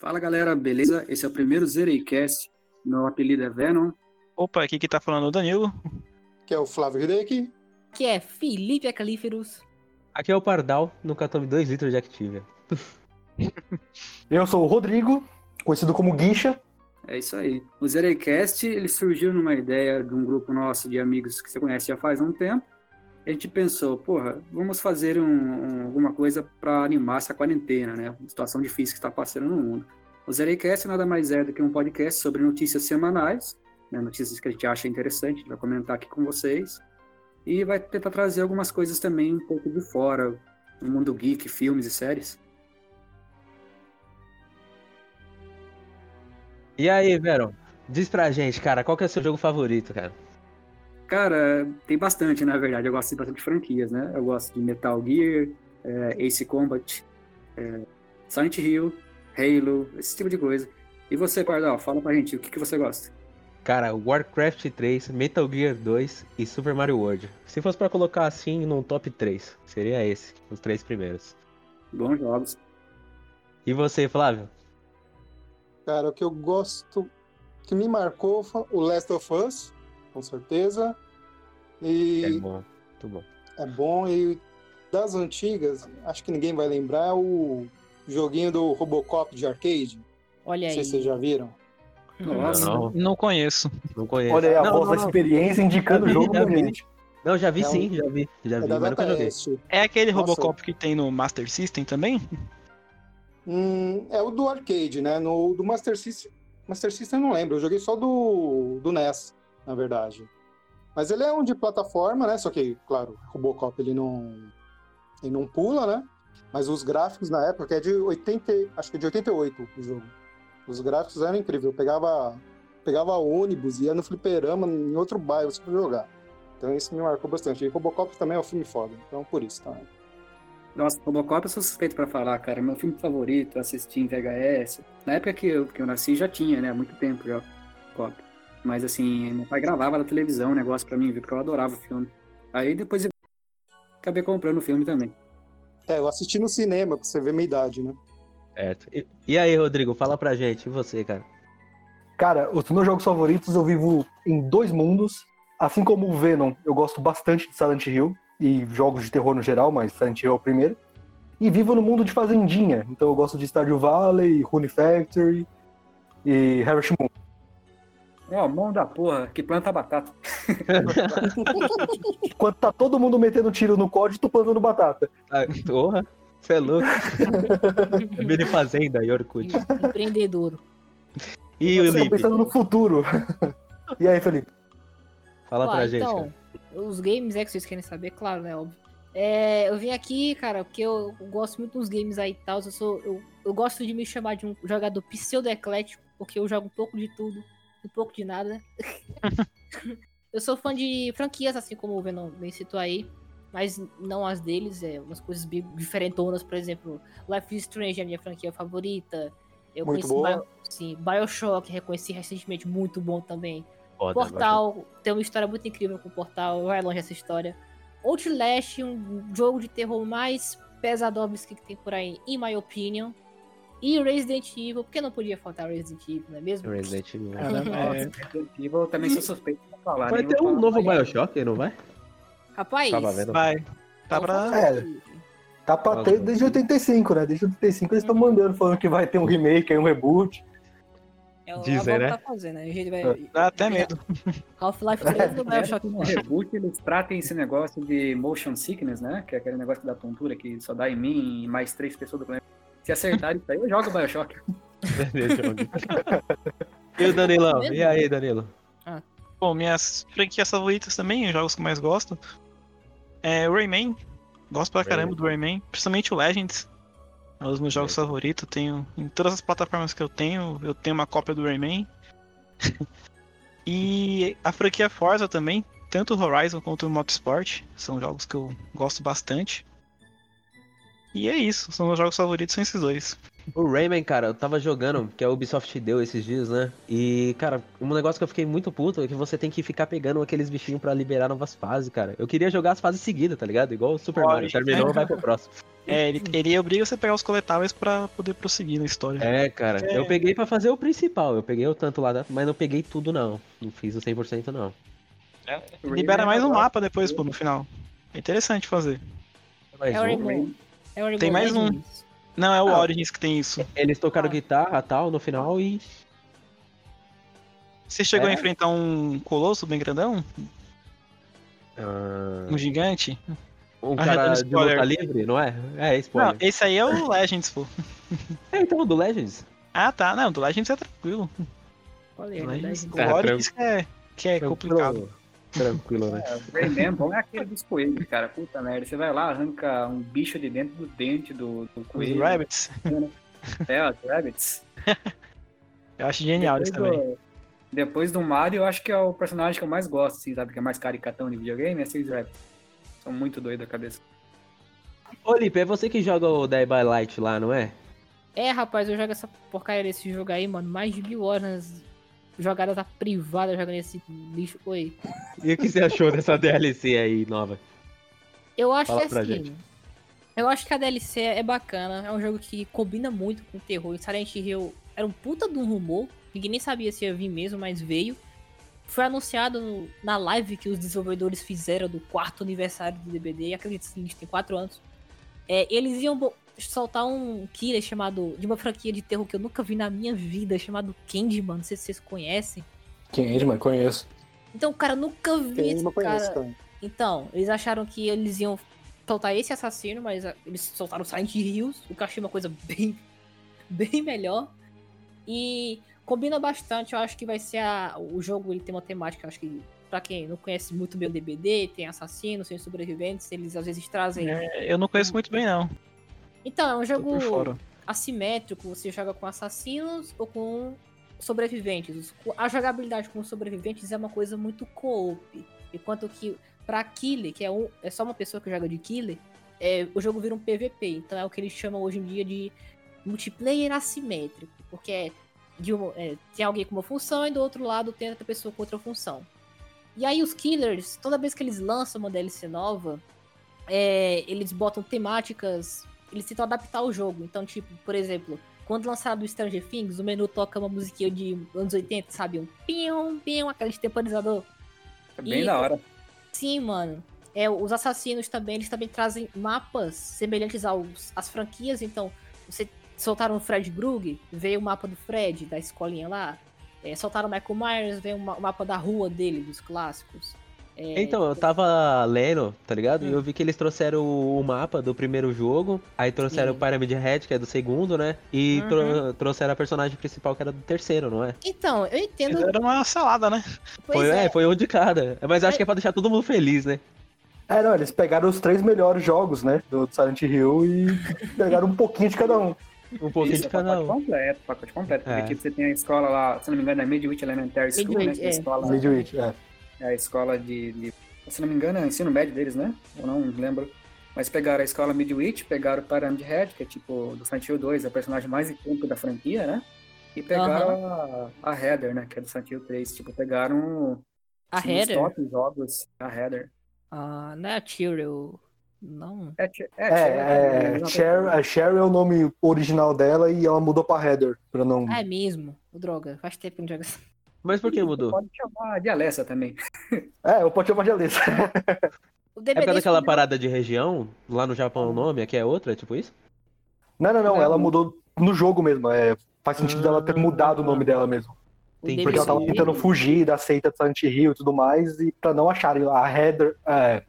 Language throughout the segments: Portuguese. Fala galera, beleza? Esse é o primeiro Zereicast. Meu apelido é Venom. Opa, aqui que tá falando o Danilo. que é o Flávio Hideck. que é Felipe Acalíferos. Aqui é o Pardal, nunca tome 2 litros de Activia. Eu sou o Rodrigo, conhecido como Guicha. É isso aí. O Zerecast, ele surgiu numa ideia de um grupo nosso de amigos que você conhece já faz um tempo. A gente pensou, porra, vamos fazer um- um- alguma coisa para animar essa quarentena, né? Uma situação difícil que está passando no mundo. O Zerecast nada mais é do que um podcast sobre notícias semanais, né? notícias que a gente acha interessante, a gente vai comentar aqui com vocês. E vai tentar trazer algumas coisas também um pouco de fora, do mundo geek, filmes e séries. E aí, Veron? Diz pra gente, cara, qual que é o seu jogo favorito, cara? Cara, tem bastante, na verdade. Eu gosto de bastante franquias, né? Eu gosto de Metal Gear, é, Ace Combat, é, Silent Hill, Halo, esse tipo de coisa. E você, Pardal, fala pra gente o que, que você gosta. Cara, Warcraft 3, Metal Gear 2 e Super Mario World. Se fosse pra colocar assim num top 3, seria esse, os três primeiros. Bons jogos. E você, Flávio? Cara, o que eu gosto, que me marcou foi o Last of Us, com certeza. É E bom, muito bom. é bom. E das antigas, acho que ninguém vai lembrar, é o joguinho do Robocop de arcade. Olha Não sei aí. se vocês já viram. Nossa, Não, Não conheço. não conheço. Olha aí a não, voz não, da não. experiência indicando Eu o vi, jogo eu pra vi. gente. Não, já vi É um- sim, já vi, já É vi, da mas nunca Data joguei. East. É aquele Nossa. Robocop que tem no Master System também? Hum, é o do arcade, né? No, do Master System, Master System eu não lembro. Eu joguei só do, do NES, na verdade. Mas ele é um de plataforma, né? Só que, claro, Robocop ele não, ele não pula, né? Mas os gráficos na época é de 80, e- acho que é de 88 o jogo. Os gráficos eram incríveis. Eu pegava, pegava ônibus, ia no fliperama em outro bairro só pra jogar. Então isso me marcou bastante. E Robocop também é um filme foda, então por isso também. nossa, Robocop eu sou suspeito pra falar, cara. Meu filme favorito, eu assisti em VHS. Na época que eu, que eu nasci já tinha, né? Há muito tempo já, Robocop. Mas assim, meu pai gravava na televisão o negócio pra mim, viu? Porque eu adorava o filme. Aí depois eu acabei comprando o filme também. É, eu assisti no cinema, pra você ver minha idade, né? Certo. E, e aí, Rodrigo, fala pra gente, e você, cara? Cara, os meus jogos favoritos eu vivo em dois mundos. Assim como o Venom, eu gosto bastante de Silent Hill e jogos de terror no geral, mas Silent Hill é o primeiro. E vivo no mundo de Fazendinha, então eu gosto de Stardew Valley, Rune Factory e Harvest Moon. Ó, mão da porra, que planta batata. Enquanto tá todo mundo metendo tiro no código, tô plantando batata. Ah, porra, você é louco. É Mini Fazenda e Orkut. Empreendedor. E o Então, Você tá Lipe? pensando no futuro. e aí, Felipe? Fala Ó, pra gente, cara. então, os games é que vocês querem saber, claro, né? Óbvio. É, eu vim aqui, cara, porque eu gosto muito dos games aí e tal. Eu, sou, eu, eu gosto de me chamar de um jogador pseudo-eclético, porque eu jogo um pouco de tudo, um pouco de nada. eu sou fã de franquias, assim como o Venom bem citou aí, mas não as deles, é umas coisas bem diferentonas, por exemplo, Life is Strange é a minha franquia favorita. Eu Muito conheci boa. Bio- sim, Bioshock, reconheci recentemente, muito bom também. Foda, Portal tem uma história muito incrível com o Portal, vai longe essa história. Outlast, um jogo de terror mais pesadobisque que tem por aí, in my opinion. E Resident Evil, porque não podia faltar Resident Evil, não é mesmo? Resident Evil. né? Nossa, Resident Evil, eu também sou suspeito pra falar. né? Vai nem ter vou um falar. novo Bioshock, não vai? é. Rapaz, Tava vendo. um Vai. Tá vamos pra. falar disso. É. Tá pra ter desde 85, né? Desde 85 eles estão mandando, falando que vai ter um remake, aí um reboot. É o Dizem, Dizem, né? né? tá fazendo, né? A gente vai... Dá até medo. Half-Life 3 né, não vai achar que não é. reboot, eles tratem esse negócio de motion sickness, né? Que é aquele negócio que dá tontura, que só dá em mim e mais três pessoas do planeta. Se acertarem isso aí, eu jogo Bioshock. e o Tá Danilão? Mesmo? E aí, Danilo? Bom, minhas franquias favoritas também, os jogos que eu mais gosto. É o Rayman. Gosto pra caramba do Rayman. Principalmente o Legends. É um dos meus jogos favoritos. Tenho em todas as plataformas que eu tenho, eu tenho uma cópia do Rayman. e a franquia Forza também. Tanto o Horizon quanto o Motorsport. São jogos que eu gosto bastante. E é isso. São meus jogos favoritos, são esses dois. O Rayman, cara, eu tava jogando, que a Ubisoft deu esses dias, né? E, cara, um negócio que eu fiquei muito puto é que você tem que ficar pegando aqueles bichinhos pra liberar novas fases, cara. Eu queria jogar as fases seguidas, tá ligado? Igual o Super Olha, Mario. Terminou, vai pro próximo. É, ele, ele obriga você a pegar os coletáveis pra poder prosseguir na história. É, cara. Eu peguei pra fazer o principal. Eu peguei o tanto lá, da- mas não peguei tudo, não. Não fiz o 100%, não. Libera mais um mapa depois, pô, no final. É interessante fazer. Mas É o um- Rainbow. É o Rainbow Tem mais um. Legends. Não, é o Ah. Origins que tem isso. eles tocaram guitarra e tal no final e. Você chegou É. a enfrentar um colosso bem grandão? Ah, Um gigante? um Ah, já cara dando de spoiler. luta livre, não é? É, Não, spoiler. esse aí é o Legends, pô. É, então, o do Legends. Ah, tá. Não, do Legends é tranquilo. Olha, Do é Legends, verdade. É, o Origins que é, que é complicado. Tranquilo, né? É, o Rayman bom é aquele dos coelhos, cara. Puta merda. Você vai lá, arranca um bicho de dentro do dente do, do Os coelho. Rabbits. É, os rabbits. É, Eu acho genial isso Depois também. do- Depois do Mario, eu acho que é o personagem que eu mais gosto, assim, sabe? Que é mais caricatão de videogame, é esses rabbits. São muito doidos a cabeça. Ô, Lipe, é você que joga o Dead by Light lá, não é? É, rapaz, eu jogo essa porcaria desse jogo aí, mano. Mais de mil horas jogadas da privada jogando esse lixo. Oi. E o que você achou dessa DLC aí nova? Eu acho Fala que é pra assim. gente. Eu acho que a DLC é bacana. É um jogo que combina muito com o terror. E Silent Hill era um puta de um rumor. Ninguém nem sabia se ia vir mesmo, mas veio. Foi anunciado no- na live que os desenvolvedores fizeram do quarto aniversário do DBD. E acredito sim, tem quatro anos. É, eles iam bo- soltar um Kira chamado. de uma franquia de terror que eu nunca vi na minha vida, chamado Candyman. Não sei se vocês conhecem. Candyman, conheço. Então, cara, eu nunca vi Quem esse não cara. conhece, cara. Então, eles acharam que eles iam soltar esse assassino, mas ah, eles soltaram o Silent Hills, o que eu achei uma coisa bem, bem melhor. E combina bastante, eu acho que vai ser a- o jogo, ele tem uma temática, eu acho que pra quem não conhece muito bem o DBD, tem assassinos, tem sobreviventes, eles às vezes trazem... É, eu não conheço muito bem, não. Então, é um Tô jogo por fora. assimétrico, você joga com assassinos ou com sobreviventes. Os- A jogabilidade com sobreviventes é uma coisa muito co-op. Enquanto que pra killer, que é, um, é só uma pessoa que joga de killer, é, o jogo vira um PVP. Então é o que eles chamam hoje em dia de multiplayer assimétrico. Porque é de uma- é, tem alguém com uma função e do outro lado tem outra pessoa com outra função. E aí os killers, toda vez que eles lançam uma DLC nova, é, eles botam temáticas, eles tentam adaptar o jogo. Então, tipo, por exemplo, quando lançado o Stranger Things, o menu toca uma musiquinha de anos 80, sabe? Um pião, pião, aquele temporizador. É bem E- da hora. Sim, mano. É, os assassinos também, eles também trazem mapas semelhantes aos, às franquias, então você soltaram o Fred Grug, veio o mapa do Fred, da escolinha lá. É, soltaram o Michael Myers, veio o ma- o mapa da rua dele, dos clássicos. É, Então, eu tava lendo, tá ligado? Hum. E eu vi que eles trouxeram o o mapa do primeiro jogo, aí trouxeram Sim. o Pyramid Head, que é do segundo, né? E Uhum. tro- trouxeram a personagem principal, que era do terceiro, não é? Então, eu entendo. Era uma salada, né? foi, Pois é, foi um de cada. Mas acho que é pra deixar todo mundo feliz, né? É, não, eles pegaram os três melhores jogos, né? Do Silent Hill e pegaram um pouquinho de cada um. Um pouquinho Isso, de é pacote cada um. completo, pacote completo. É. Porque aqui você tem a escola lá, se não me engano, é Midwich Elementary School, né? Midwich, que é a é. escola- Midwich, é. É a escola de, de- Se não me engano, é o ensino médio deles, né? Eu não lembro. Mas pegaram a escola Midwich, pegaram o Pyramid Head, que é tipo do Silent Hill 2, a personagem mais icônica da franquia, né? E pegaram a, a Heather, né? Que é do Silent Hill 3. Tipo, pegaram a assim, os Heather. top jogos. A Heather. Ah, não é a Tyrael. Não. É, Che- é, Che- É, é, não, Cher, a Cher é o nome original dela e ela mudou pra Heather, pra não... Ah, é mesmo. Ô, droga, faz tempo que não joga essa. Mas por que mudou? Pode chamar de Alessa também. É, eu posso chamar de Alessa. O É por causa daquela escolheu- parada de região? Lá no Japão o nome, aqui é outra, tipo isso? Não, não, não, Não. ela mudou no jogo mesmo. É, faz sentido dela ter mudado o nome dela mesmo. o Tem- DBD Porque ela tava escolheu- tentando fugir da seita de Silent Hill e tudo mais, e pra não acharem a Heather. É,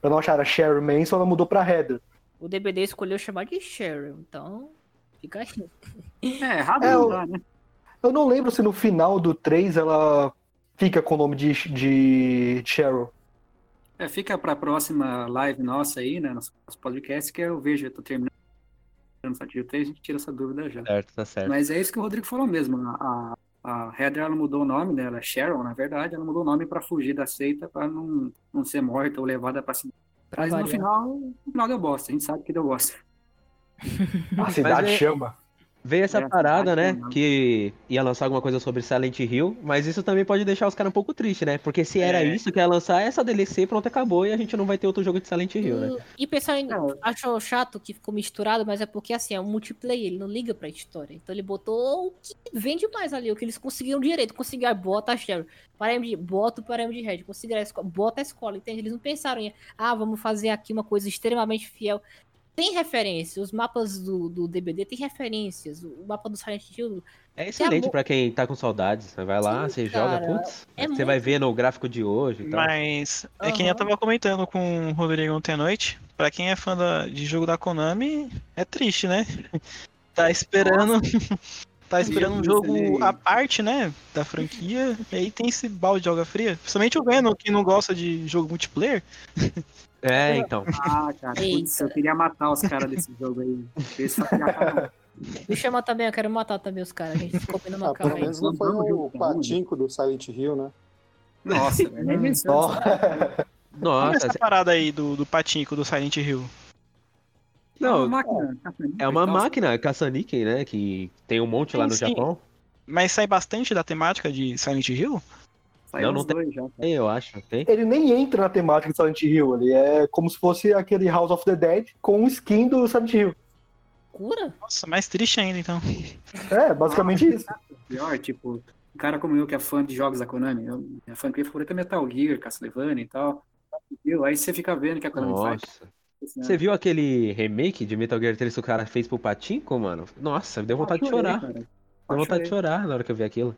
pra não achar a Sherry Manson, ela mudou pra Heather. O DBD escolheu chamar de Cheryl, então. Fica aí. É, errado É, não o- dá, né? Eu não lembro se no final do 3 ela fica com o nome de, de Cheryl. É, fica pra próxima live nossa aí, né? Nosso nosso podcast, que eu vejo, eu tô terminando o Silent Hill 3, a gente tira essa dúvida já. Certo, tá certo. Mas é isso que o Rodrigo falou mesmo. A, a a Heather ela mudou o nome dela, é Sharon, na verdade, ela mudou o nome para fugir da seita, para não, não ser morta ou levada para cidade. Pra Mas no variar. final, no final deu bosta, a gente sabe que deu bosta. A cidade é- chama. Veio essa É, parada, vai né? tomar. Que ia lançar alguma coisa sobre Silent Hill, mas isso também pode deixar os caras um pouco tristes, né? Porque se era É. isso que ia lançar, essa DLC, pronto, acabou e a gente não vai ter outro jogo de Silent Hill, né? E o pessoal ainda Não. achou chato que ficou misturado, mas é porque assim, é um multiplayer, ele não liga pra história. Então ele botou o que vende mais ali, o que eles conseguiram direito. Conseguiram, ah, bota a Cheryl, paramos de, bota o parâmetro de Red, conseguiram a escola, bota a escola, entende? Eles não pensaram em, ah, vamos fazer aqui uma coisa extremamente fiel. Tem referência, os mapas do, do DBD tem referências, o mapa do Silent Hill É excelente bom. pra quem tá com saudades. Você vai lá, Sim, você cara, joga, putz, é você vai ver no gráfico de hoje Então, e tal. Mas é que nem eu Aham. tava comentando com o Rodrigo ontem à noite. Pra quem é fã da- de jogo da Konami, é triste, né? Tá esperando. tá esperando um Jesus, jogo ele- à parte, né? Da franquia. E aí tem esse balde de água fria. Principalmente o Venom, que não gosta de jogo multiplayer. É, então. Ah, cara, putz, eu queria matar os caras desse jogo aí. Eles só queriam acabar. Me chama também, eu quero matar também os caras. A gente combina uma Ah, pelo calma aí. menos não foi Vamos o jogar, vamos patinco do Silent Hill, né? Nossa, velho, é nem menciona Ó, isso. Olha Nossa, essa parada aí do, do patinco do Silent Hill. É uma não, máquina, tá, é uma máquina caça-níquel, né? Que tem um monte lá no Sim, sim. Japão. Mas sai bastante da temática de Silent Hill? Saiu Não, não os tem. dois já, cara. Tem, eu acho, tem. ele nem entra na temática de Silent Hill, ele é como se fosse aquele House of the Dead com o skin do Silent Hill. Cura? Nossa, mais triste ainda então. É, basicamente isso. pior, tipo, um cara como eu que é fã de jogos da Konami, eu, minha franquia favorita é Metal Gear, Castlevania e tal. Entendeu? Aí você fica vendo o que a Konami faz. Nossa. assim, Você né? viu aquele remake de Metal Gear 3 que o cara fez pro Patinco, mano? Nossa, me deu vontade de Chorei, chorar. cara. Deu vontade de Chorei. chorar na hora que eu vi aquilo.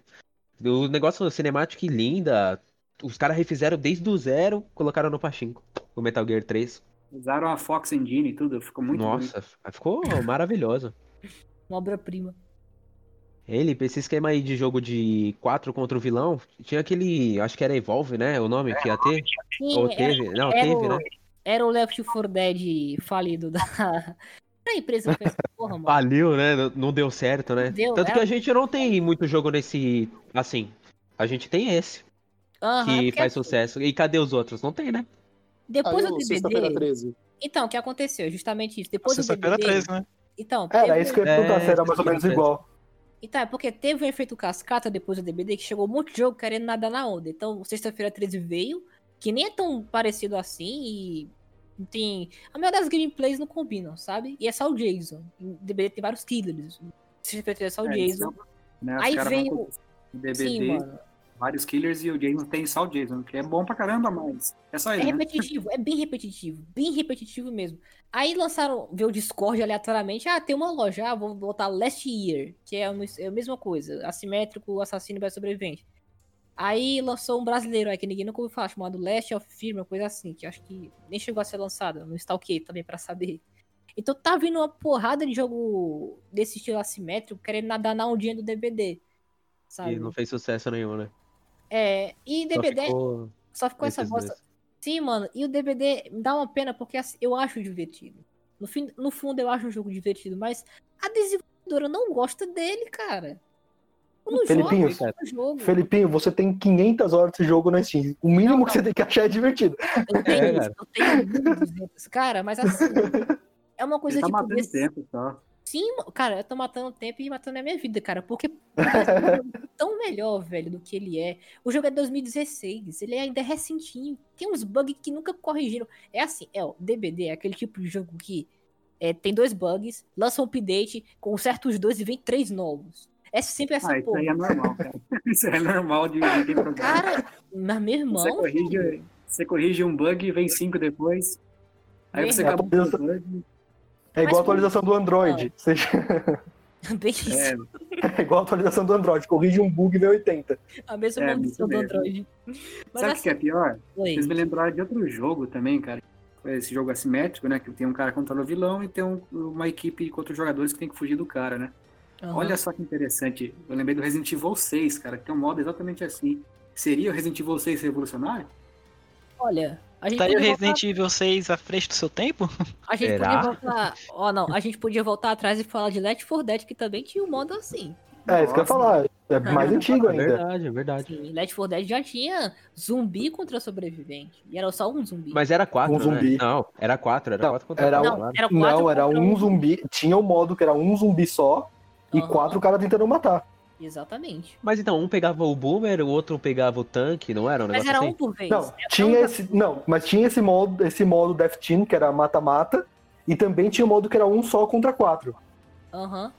O negócio cinemático linda. Os caras refizeram desde do zero, colocaram no Pachinko. O Metal Gear 3. Usaram a Fox Engine e tudo, ficou muito bonito. Nossa, ficou maravilhoso. Uma obra-prima. Ele, pra esse esquema aí de jogo de 4 contra o vilão, tinha aquele. Acho que era Evolve, né? O nome que ia ter. Sim, Ou é- teve. Não, era teve, o- né? Era o Left 4 Dead falido da. Da empresa que fez essa porra, mano. Faliu, né? Não- Não deu certo, né? Não deu, Tanto que é. a gente não tem muito jogo nesse. Assim. A gente tem esse, Aham, é que porque faz assim, sucesso. E cadê os outros? Não tem, né? Depois Aí do o Sexta-feira DBD. 13. Então, o que aconteceu? Justamente isso. Depois do Sexta-feira DBD. 13, né? Então, É, Era teve- isso que eu ia É, perguntar, se era mais ou menos exatamente. igual. Então, é porque teve um efeito cascata depois do DBD que chegou um monte de jogo querendo nadar na onda. Então, o sexta-feira 13 veio, que nem é tão parecido assim e não tem. A maioria das gameplays não combinam, sabe? E é só o Jason. O DBD tem vários killers. Sexta-feira 13 é só o É, Jason. então, né, os Aí caras veio- vão com o DBD, Sim, mano. vários killers e o Jason tem só o Jason, que é bom pra caramba, mas é só É ele, né? repetitivo, é bem repetitivo, bem repetitivo mesmo. Aí lançaram, veio o Discord aleatoriamente, ah, tem uma loja, ah, vamos botar Last Year, que é a mes- é a mesma coisa, assimétrico, assassino vai sobrevivente. Aí lançou um brasileiro aí que ninguém nunca ouviu falar, chamado Last of Fear, uma coisa assim, que eu acho que nem chegou a ser lançada, não stalkeei também pra saber. Então tá vindo uma porrada de jogo desse estilo assimétrico, querendo nadar na ondinha do DBD, sabe? E não fez sucesso nenhum, né? É, e Só DBD ficou só ficou essa esses bosta. dois. Sim, mano, e o DVD me dá uma pena porque assim, eu acho divertido. No, fim, no fundo, eu acho um jogo divertido, mas a desenvolvedora não gosta dele, cara. Eu não jogo Felipinho, o jogo. Felipinho, você tem 500 horas de jogo na Steam. O mínimo que você tem que achar é divertido. Eu tenho, É, cara. eu tenho 1.200. Cara, mas assim, é uma coisa Ele tá que matando podia ser- tempo só. Sim, mo- cara, eu tô matando tempo e matando a minha vida, cara, porque parece um jogo tão melhor, velho, do que ele é. O jogo é 2016, ele ainda é recentinho, tem uns bugs que nunca corrigiram. É assim, é, o DBD é aquele tipo de jogo que é, tem dois bugs, lança um update, conserta os dois e vem três novos. É sempre essa Ah, isso porra. aí é normal, cara. Isso aí é normal de de quem programa. Cara, mas meu Você irmão, corrige, você corrige um bug, vem cinco depois. Aí Vem você rápido. acabou com o bug. É igual Mas a atualização do Android. Você- bem isso, É, É igual a atualização do Android. Corrige um bug e vem 80. a mesma é, condição isso do mesmo. Android. Mas sabe o que é pior? assim, Vocês me lembraram de outro jogo também, cara. Esse jogo assimétrico, né? Que tem um cara contra o vilão e tem um- uma equipe contra os jogadores que tem que fugir do cara, né? aham. Olha só que interessante. Eu lembrei do Resident Evil 6, cara, que tem um modo exatamente assim. Seria o Resident Evil 6 revolucionário? olha, a gente Tá aí o podia voltar Resident Evil 6 à frente do seu tempo? A gente Será? podia voltar. Ó, não, a gente podia voltar atrás e falar de Left 4 Dead, que também tinha um modo assim. É, isso que eu Nossa. ia falar. É mais Ah, antigo É ainda. verdade, é verdade. Sim, Left 4 Dead já tinha zumbi contra sobrevivente. E era só um zumbi. Mas era quatro, Um zumbi. né? Não, era quatro, era um- Não, quatro contra era um. quatro, não, claro. era quatro um. Não, era contra um zumbi. Tinha o modo que era um zumbi só. E Aham. quatro caras tentando matar. Exatamente. Mas então, um pegava o boomer, o outro pegava o tanque, não era um Mas negócio era assim? um por vez. Não, Era tinha um- esse. Não, mas tinha esse modo, esse modo Death Team, que era mata-mata, e também tinha o modo que era um só contra quatro. Aham.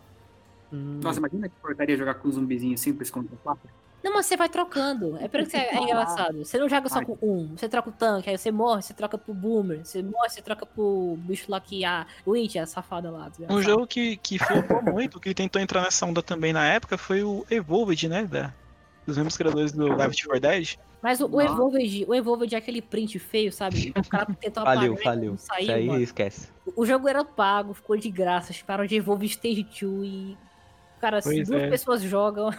Hum, Nossa, imagina que porcaria jogar com um zumbizinho simples contra quatro. Não, mas você vai trocando. É por isso que é, é engraçado. Você não joga só com um. Você troca o tanque, aí você morre, você troca pro boomer. Você morre, você troca pro bicho lá que é a Witch, a safada lá. tá desgraçada. Um jogo que, que flopou muito, que tentou entrar nessa onda também na época, foi o Evolved, né? Da, dos mesmos criadores do Left 4 Dead. Mas o, o Nossa. Evolved, o Evolved é aquele print feio, sabe? O cara tentou Faliu, apagar, faliu. não Isso saiu, aí mano. esquece. O jogo era pago, ficou de graça. Chamaram de Evolved Stage 2 e... Cara, se Pois duas é. pessoas jogam...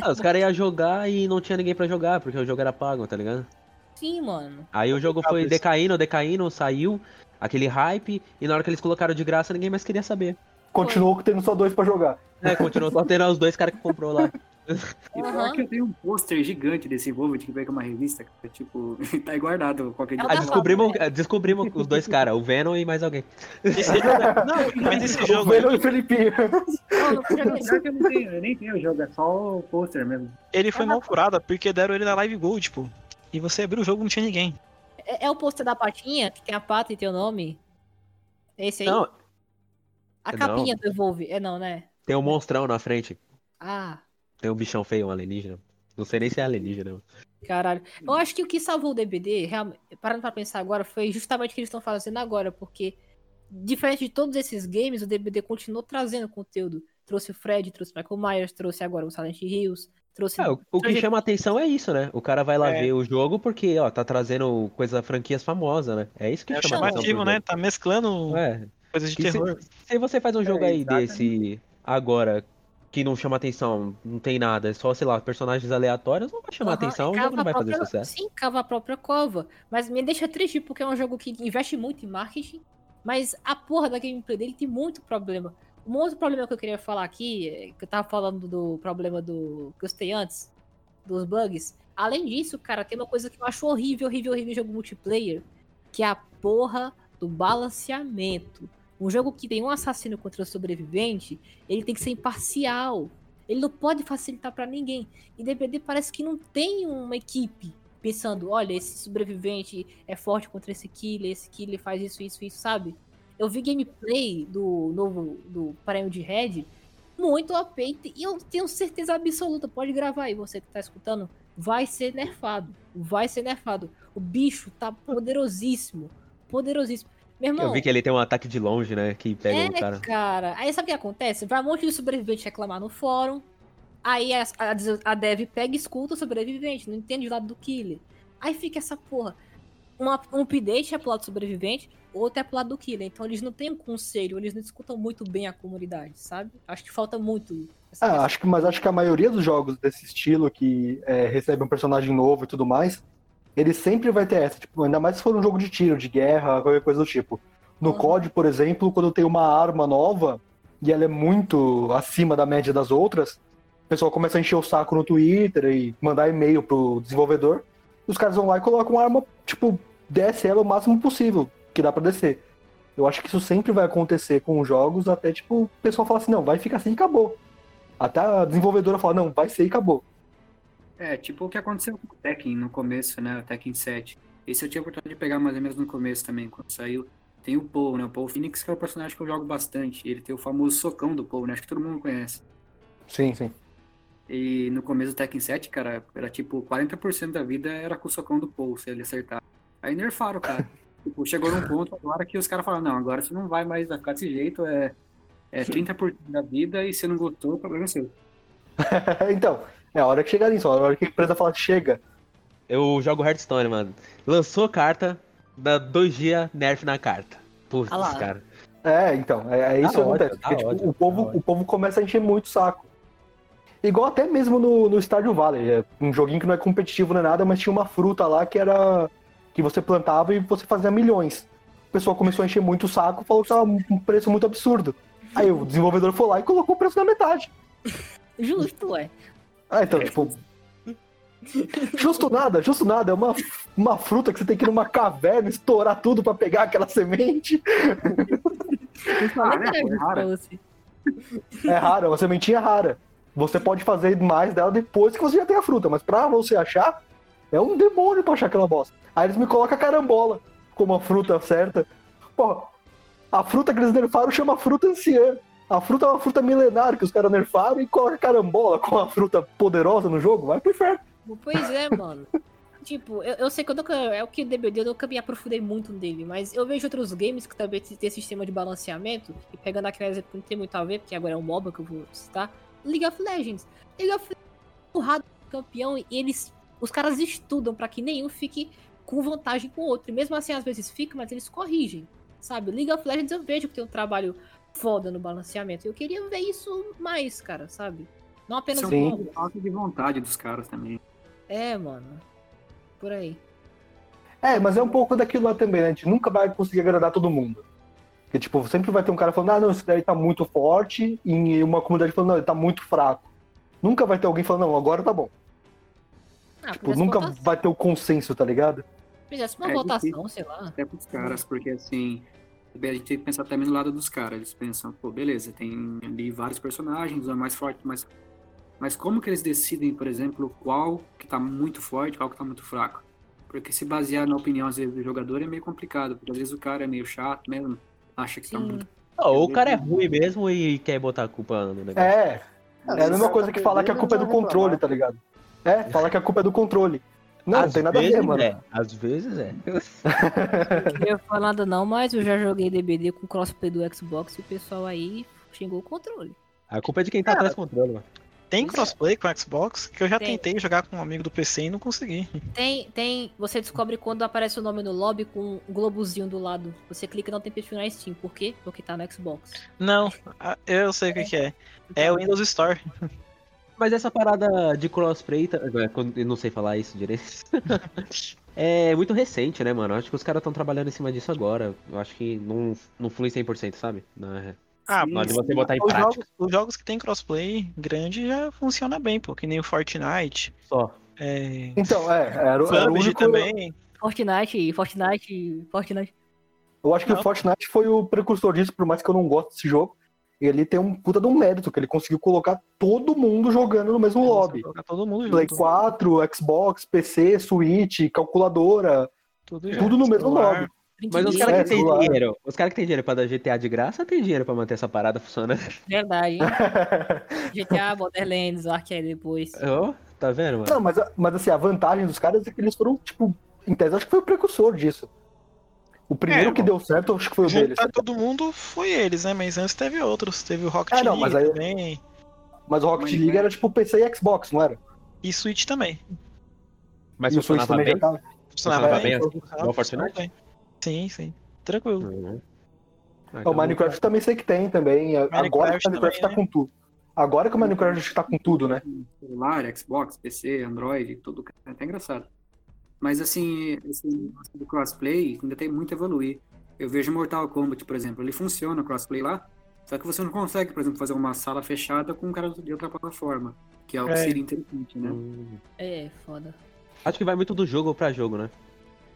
Ah, os caras iam jogar e não tinha ninguém pra jogar, porque o jogo era pago, tá ligado? Sim, mano. Aí o jogo foi isso. decaindo, decaindo, saiu aquele hype, e na hora que eles colocaram de graça, ninguém mais queria saber. Continuou tendo só dois pra jogar. É, continuou só tendo os dois caras que comprou lá. E pior Aham. que eu tenho um pôster gigante desse Evolved que veio com uma revista, cara. Tipo, tá aí guardado qualquer Ela Ah, tá dia. descobrimos, ah, descobrimos os dois caras, o Venom e mais alguém. Esse- é- não, mas esse O jogo, Venom e o Felipinho. Não, não fui jogar isso. Pior que eu não tenho, eu nem tenho o jogo, é só o pôster mesmo. ele foi mal furado porque deram ele na Live Gold, pô. E você abriu o jogo não tinha ninguém. É, é o pôster da patinha, que tem a pata e tem o nome? É Esse aí? Não, a não. capinha do Evolve. É não, né? tem um monstrão na frente, Ah, tem um bichão feio, um alienígena. Não sei nem se é alienígena. caralho. Eu acho que o que salvou o DBD, realmente, parando pra pensar agora, foi justamente o que eles estão fazendo agora, porque diferente de todos esses games, o DBD continuou trazendo conteúdo. Trouxe o Fred, trouxe o Michael Myers, trouxe agora o Silent Hills, trouxe. É, o, o que chama atenção é isso, né? O cara vai lá É. ver o jogo porque, ó, tá trazendo coisa, franquias famosas, né? É isso que É o chama atenção. chamativo, pro né? jogo. Tá mesclando É, coisas de Que se- terror. Se você faz um jogo É, aí desse agora que não chama atenção, não tem nada, é só, sei lá, personagens aleatórios, não vai chamar Aham, atenção, o cava jogo não vai a fazer própria- sucesso. Sim, cava a própria cova. Mas me deixa triste porque é um jogo que investe muito em marketing, mas a porra da gameplay dele tem muito problema. Um outro problema que eu queria falar aqui, é que eu tava falando do problema do que eu citei antes, dos bugs. Além disso, cara, tem uma coisa que eu acho horrível, horrível, horrível em jogo multiplayer, que é a porra do balanceamento. Um jogo que tem um assassino contra o sobrevivente, ele tem que ser imparcial. Ele não pode facilitar pra ninguém. E DBD parece que não tem uma equipe pensando, olha, esse sobrevivente é forte contra esse killer, esse killer faz isso, isso, isso, sabe? Eu vi gameplay do novo do prêmio de Red muito OP e eu tenho certeza absoluta, pode gravar aí você que tá escutando, vai ser nerfado, vai ser nerfado. O bicho tá poderosíssimo, poderosíssimo. Meu irmão, Eu vi que ele tem um ataque de longe, né? Que pega é, o cara. Aí sabe o que acontece? Vai um monte de sobrevivente reclamar no fórum. Aí a, a, a dev pega e escuta o sobrevivente, não entende o lado do killer. Aí fica essa porra. Uma- um update é pro lado do sobrevivente, outro é pro lado do killer. Então eles não têm um conselho, eles não escutam muito bem a comunidade, sabe? Acho que falta muito. essa Ah, questão. acho que, mas acho que a maioria dos jogos desse estilo, que é, recebe um personagem novo e tudo mais, ele sempre vai ter essa. Tipo, ainda mais se for um jogo de tiro, de guerra, qualquer coisa do tipo. No Uhum. COD, por exemplo, quando tem uma arma nova e ela é muito acima da média das outras, o pessoal começa a encher o saco no Twitter e mandar e-mail pro desenvolvedor. Os caras vão lá e colocam uma arma, tipo, desce ela o máximo possível, que dá pra descer. Eu acho que isso sempre vai acontecer com os jogos, até tipo, o pessoal fala assim, não, vai ficar assim e acabou. Até a desenvolvedora fala, não, vai ser e acabou. É, tipo o que aconteceu com o Tekken no começo, né? O Tekken 7. Esse eu tive a oportunidade de pegar mais ou menos no começo também, quando saiu. Tem o Paul, né? O Paul Phoenix, que é o personagem que eu jogo bastante. Ele tem o famoso socão do Paul, né? Acho que todo mundo conhece. Sim, sim. E no começo do Tekken 7, cara, era tipo 40% da vida era com o socão do Paul, se ele acertar. Aí nerfaram, cara. tipo, chegou num ponto agora que os caras falaram, não, agora você não vai mais vai ficar desse jeito, é, é 30% da vida e se não gostou, o problema é seu. então, é a hora que chegar nisso, a hora que a empresa fala, chega. Eu jogo Hearthstone, mano. Lançou carta, dá dois dias, nerf na carta. Putz, Ah lá. cara. É, então, é, é isso Dá que acontece. ódio, dá porque, tipo, ódio, o, povo, dá ódio. o povo começa a encher muito o saco. Igual até mesmo no, no Estádio Valley, é um joguinho que não é competitivo nem nada, mas tinha uma fruta lá que era. que você plantava e você fazia milhões. O pessoal começou a encher muito o saco, falou que tava um um preço muito absurdo. Aí o desenvolvedor foi lá e colocou o preço na metade. Justo, ué. Ah, então, tipo. Justo nada, justo nada. É uma, uma fruta que você tem que ir numa caverna, estourar tudo pra pegar aquela semente. Eu falei né, que era pô, justo cara. pra você. É rara, uma sementinha rara. Você pode fazer mais dela depois que você já tem a fruta, mas pra você achar, é um demônio pra achar aquela bosta. Aí eles me colocam a carambola como a fruta certa. Pô, a fruta que eles nerfaram chama fruta anciã. A fruta é uma fruta milenar que os caras nerfaram e colocam carambola com a fruta poderosa no jogo. Vai pro inferno. Pois é, mano. tipo, eu, eu sei que eu nunca. É o que DBD, eu nunca me aprofundei muito nele, mas eu vejo outros games que também tem tem esse sistema de balanceamento. E pegando aquele exemplo que não tem muito a ver, porque agora é um MOBA que eu vou citar. League of Legends. League of Legends porrada campeão e eles. Os caras estudam pra que nenhum fique com vantagem com o outro. E mesmo assim, às vezes fica, mas eles corrigem. Sabe? League of Legends eu vejo que tem um trabalho foda no balanceamento. Eu queria ver isso mais, cara, sabe? Não apenas Sim. um jogo. Falta de vontade dos caras também. É, mano. Por aí. É, mas é um pouco daquilo lá também, né? A gente nunca vai conseguir agradar todo mundo. Porque, tipo, sempre vai ter um cara falando, ah, não, esse daí tá muito forte, e uma comunidade falando, não, ele tá muito fraco. Nunca vai ter alguém falando, não, agora tá bom. Ah, Tipo, fizesse nunca uma vota- vai ter o consenso, tá ligado? fizesse uma É votação, sei lá. Até pros caras, porque assim, a gente tem que pensar também no lado dos caras. Eles pensam, pô, beleza, tem ali vários personagens, um é mais forte, mas. Mas como que eles decidem, por exemplo, qual que tá muito forte, qual que tá muito fraco? Porque se basear na opinião, às vezes, do jogador é meio complicado, porque às vezes o cara é meio chato mesmo, acha que tá Sim. muito. Ah, ou o cara é ruim mesmo e quer botar a culpa no negócio. É, é a Às vezes mesma tá coisa que falar que a perdendo, culpa é do eles vão controle, reclamar. tá ligado? É, falar que a culpa é do controle. Não, não Às tem nada a ver, vezes mano. É. Às vezes é. Não queria falar nada não, mas eu já joguei DBD com crossplay do Xbox e o pessoal aí xingou o controle. A culpa é de quem tá atrás do controle, mano. Tem Isso. crossplay com Xbox, que eu já Tem. tentei jogar com um amigo do PC e não consegui. Tem, tem. Você descobre quando aparece o nome no lobby com um globozinho do lado. Você clica e não tem perfil na Steam. Por quê? Porque tá no Xbox. Não, ah, eu sei o que, que é. É o Windows Store. Mas essa parada de crossplay, tá- eu não sei falar isso direito. é muito recente, né, mano? Acho que os caras estão trabalhando em cima disso agora. Eu acho que não, não flui 100%, sabe? Na, Ah, Sim, na hora de você sim. botar em Os prática jogos, os jogos que tem crossplay grande já funciona bem, pô. Que nem o Fortnite. só. É... Então, é, era, o- era o PUBG único. também. Fortnite, Fortnite, Fortnite. Eu acho que Não. o Fortnite foi o precursor disso, por mais que eu não goste desse jogo. Ele tem um puta de um mérito, que ele conseguiu colocar todo mundo jogando no mesmo lobby. Colocar todo mundo Play junto. 4, Xbox, PC, Switch, calculadora, Tudo, tudo no mesmo celular. lobby. Mas os Isso, caras é, que têm claro. dinheiro, os caras que têm dinheiro pra dar GTA de graça, tem dinheiro pra manter essa parada funcionando. Verdade, hein? GTA, Borderlands, o Ark aí depois. Ó, tá vendo, mano? Não, mas, a- mas assim, a vantagem dos caras é que eles foram, tipo, em tese, acho que foi o precursor disso. O primeiro É, que deu certo, acho que foi o deles. Juntar todo mundo foi eles, né? Mas antes teve outros. Teve o Rocket É, não, League mas aí- também. Mas o Rocket Mas, League né? era tipo PC e Xbox, não era? E Switch também. Mas e o Switch tá? funcionava também bem? já tava. Funcionava Funcionava bem. bem, funcionava- igual funcionava Fortnite? bem. Sim, sim. Tranquilo. Uhum. Ah, É O então- Minecraft também sei que tem também. Agora que o Minecraft tá também, com tudo. Agora que o Minecraft acho que tá com tudo, né? celular, Xbox, PC, Android, tudo, cara, é até engraçado. Mas assim, esse negócio do crossplay ainda tem muito a evoluir. Eu vejo Mortal Kombat, por exemplo, ele funciona o crossplay lá, só que você não consegue, por exemplo, fazer uma sala fechada com um cara de outra plataforma, que é o que É. seria interessante, né? Hum. É, foda. Acho que vai muito do jogo pra jogo, né?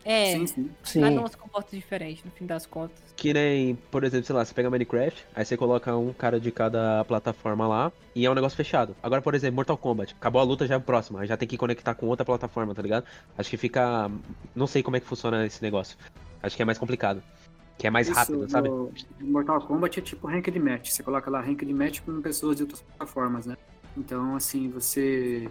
É, Sim, sim. Sim. cada um se comporta diferente, no fim das contas. Que nem, por exemplo, sei lá, você pega Minecraft, aí você coloca um cara de cada plataforma lá e é um negócio fechado. Agora, por exemplo, Mortal Kombat, acabou a luta, já é próxima, aí já tem que conectar com outra plataforma, tá ligado? Acho que fica. Não sei como é que funciona esse negócio. Acho que é mais complicado. Que é mais Isso, rápido, sabe? no Mortal Kombat é tipo ranked match. Você coloca lá ranked match com pessoas de outras plataformas, né? Então, assim, você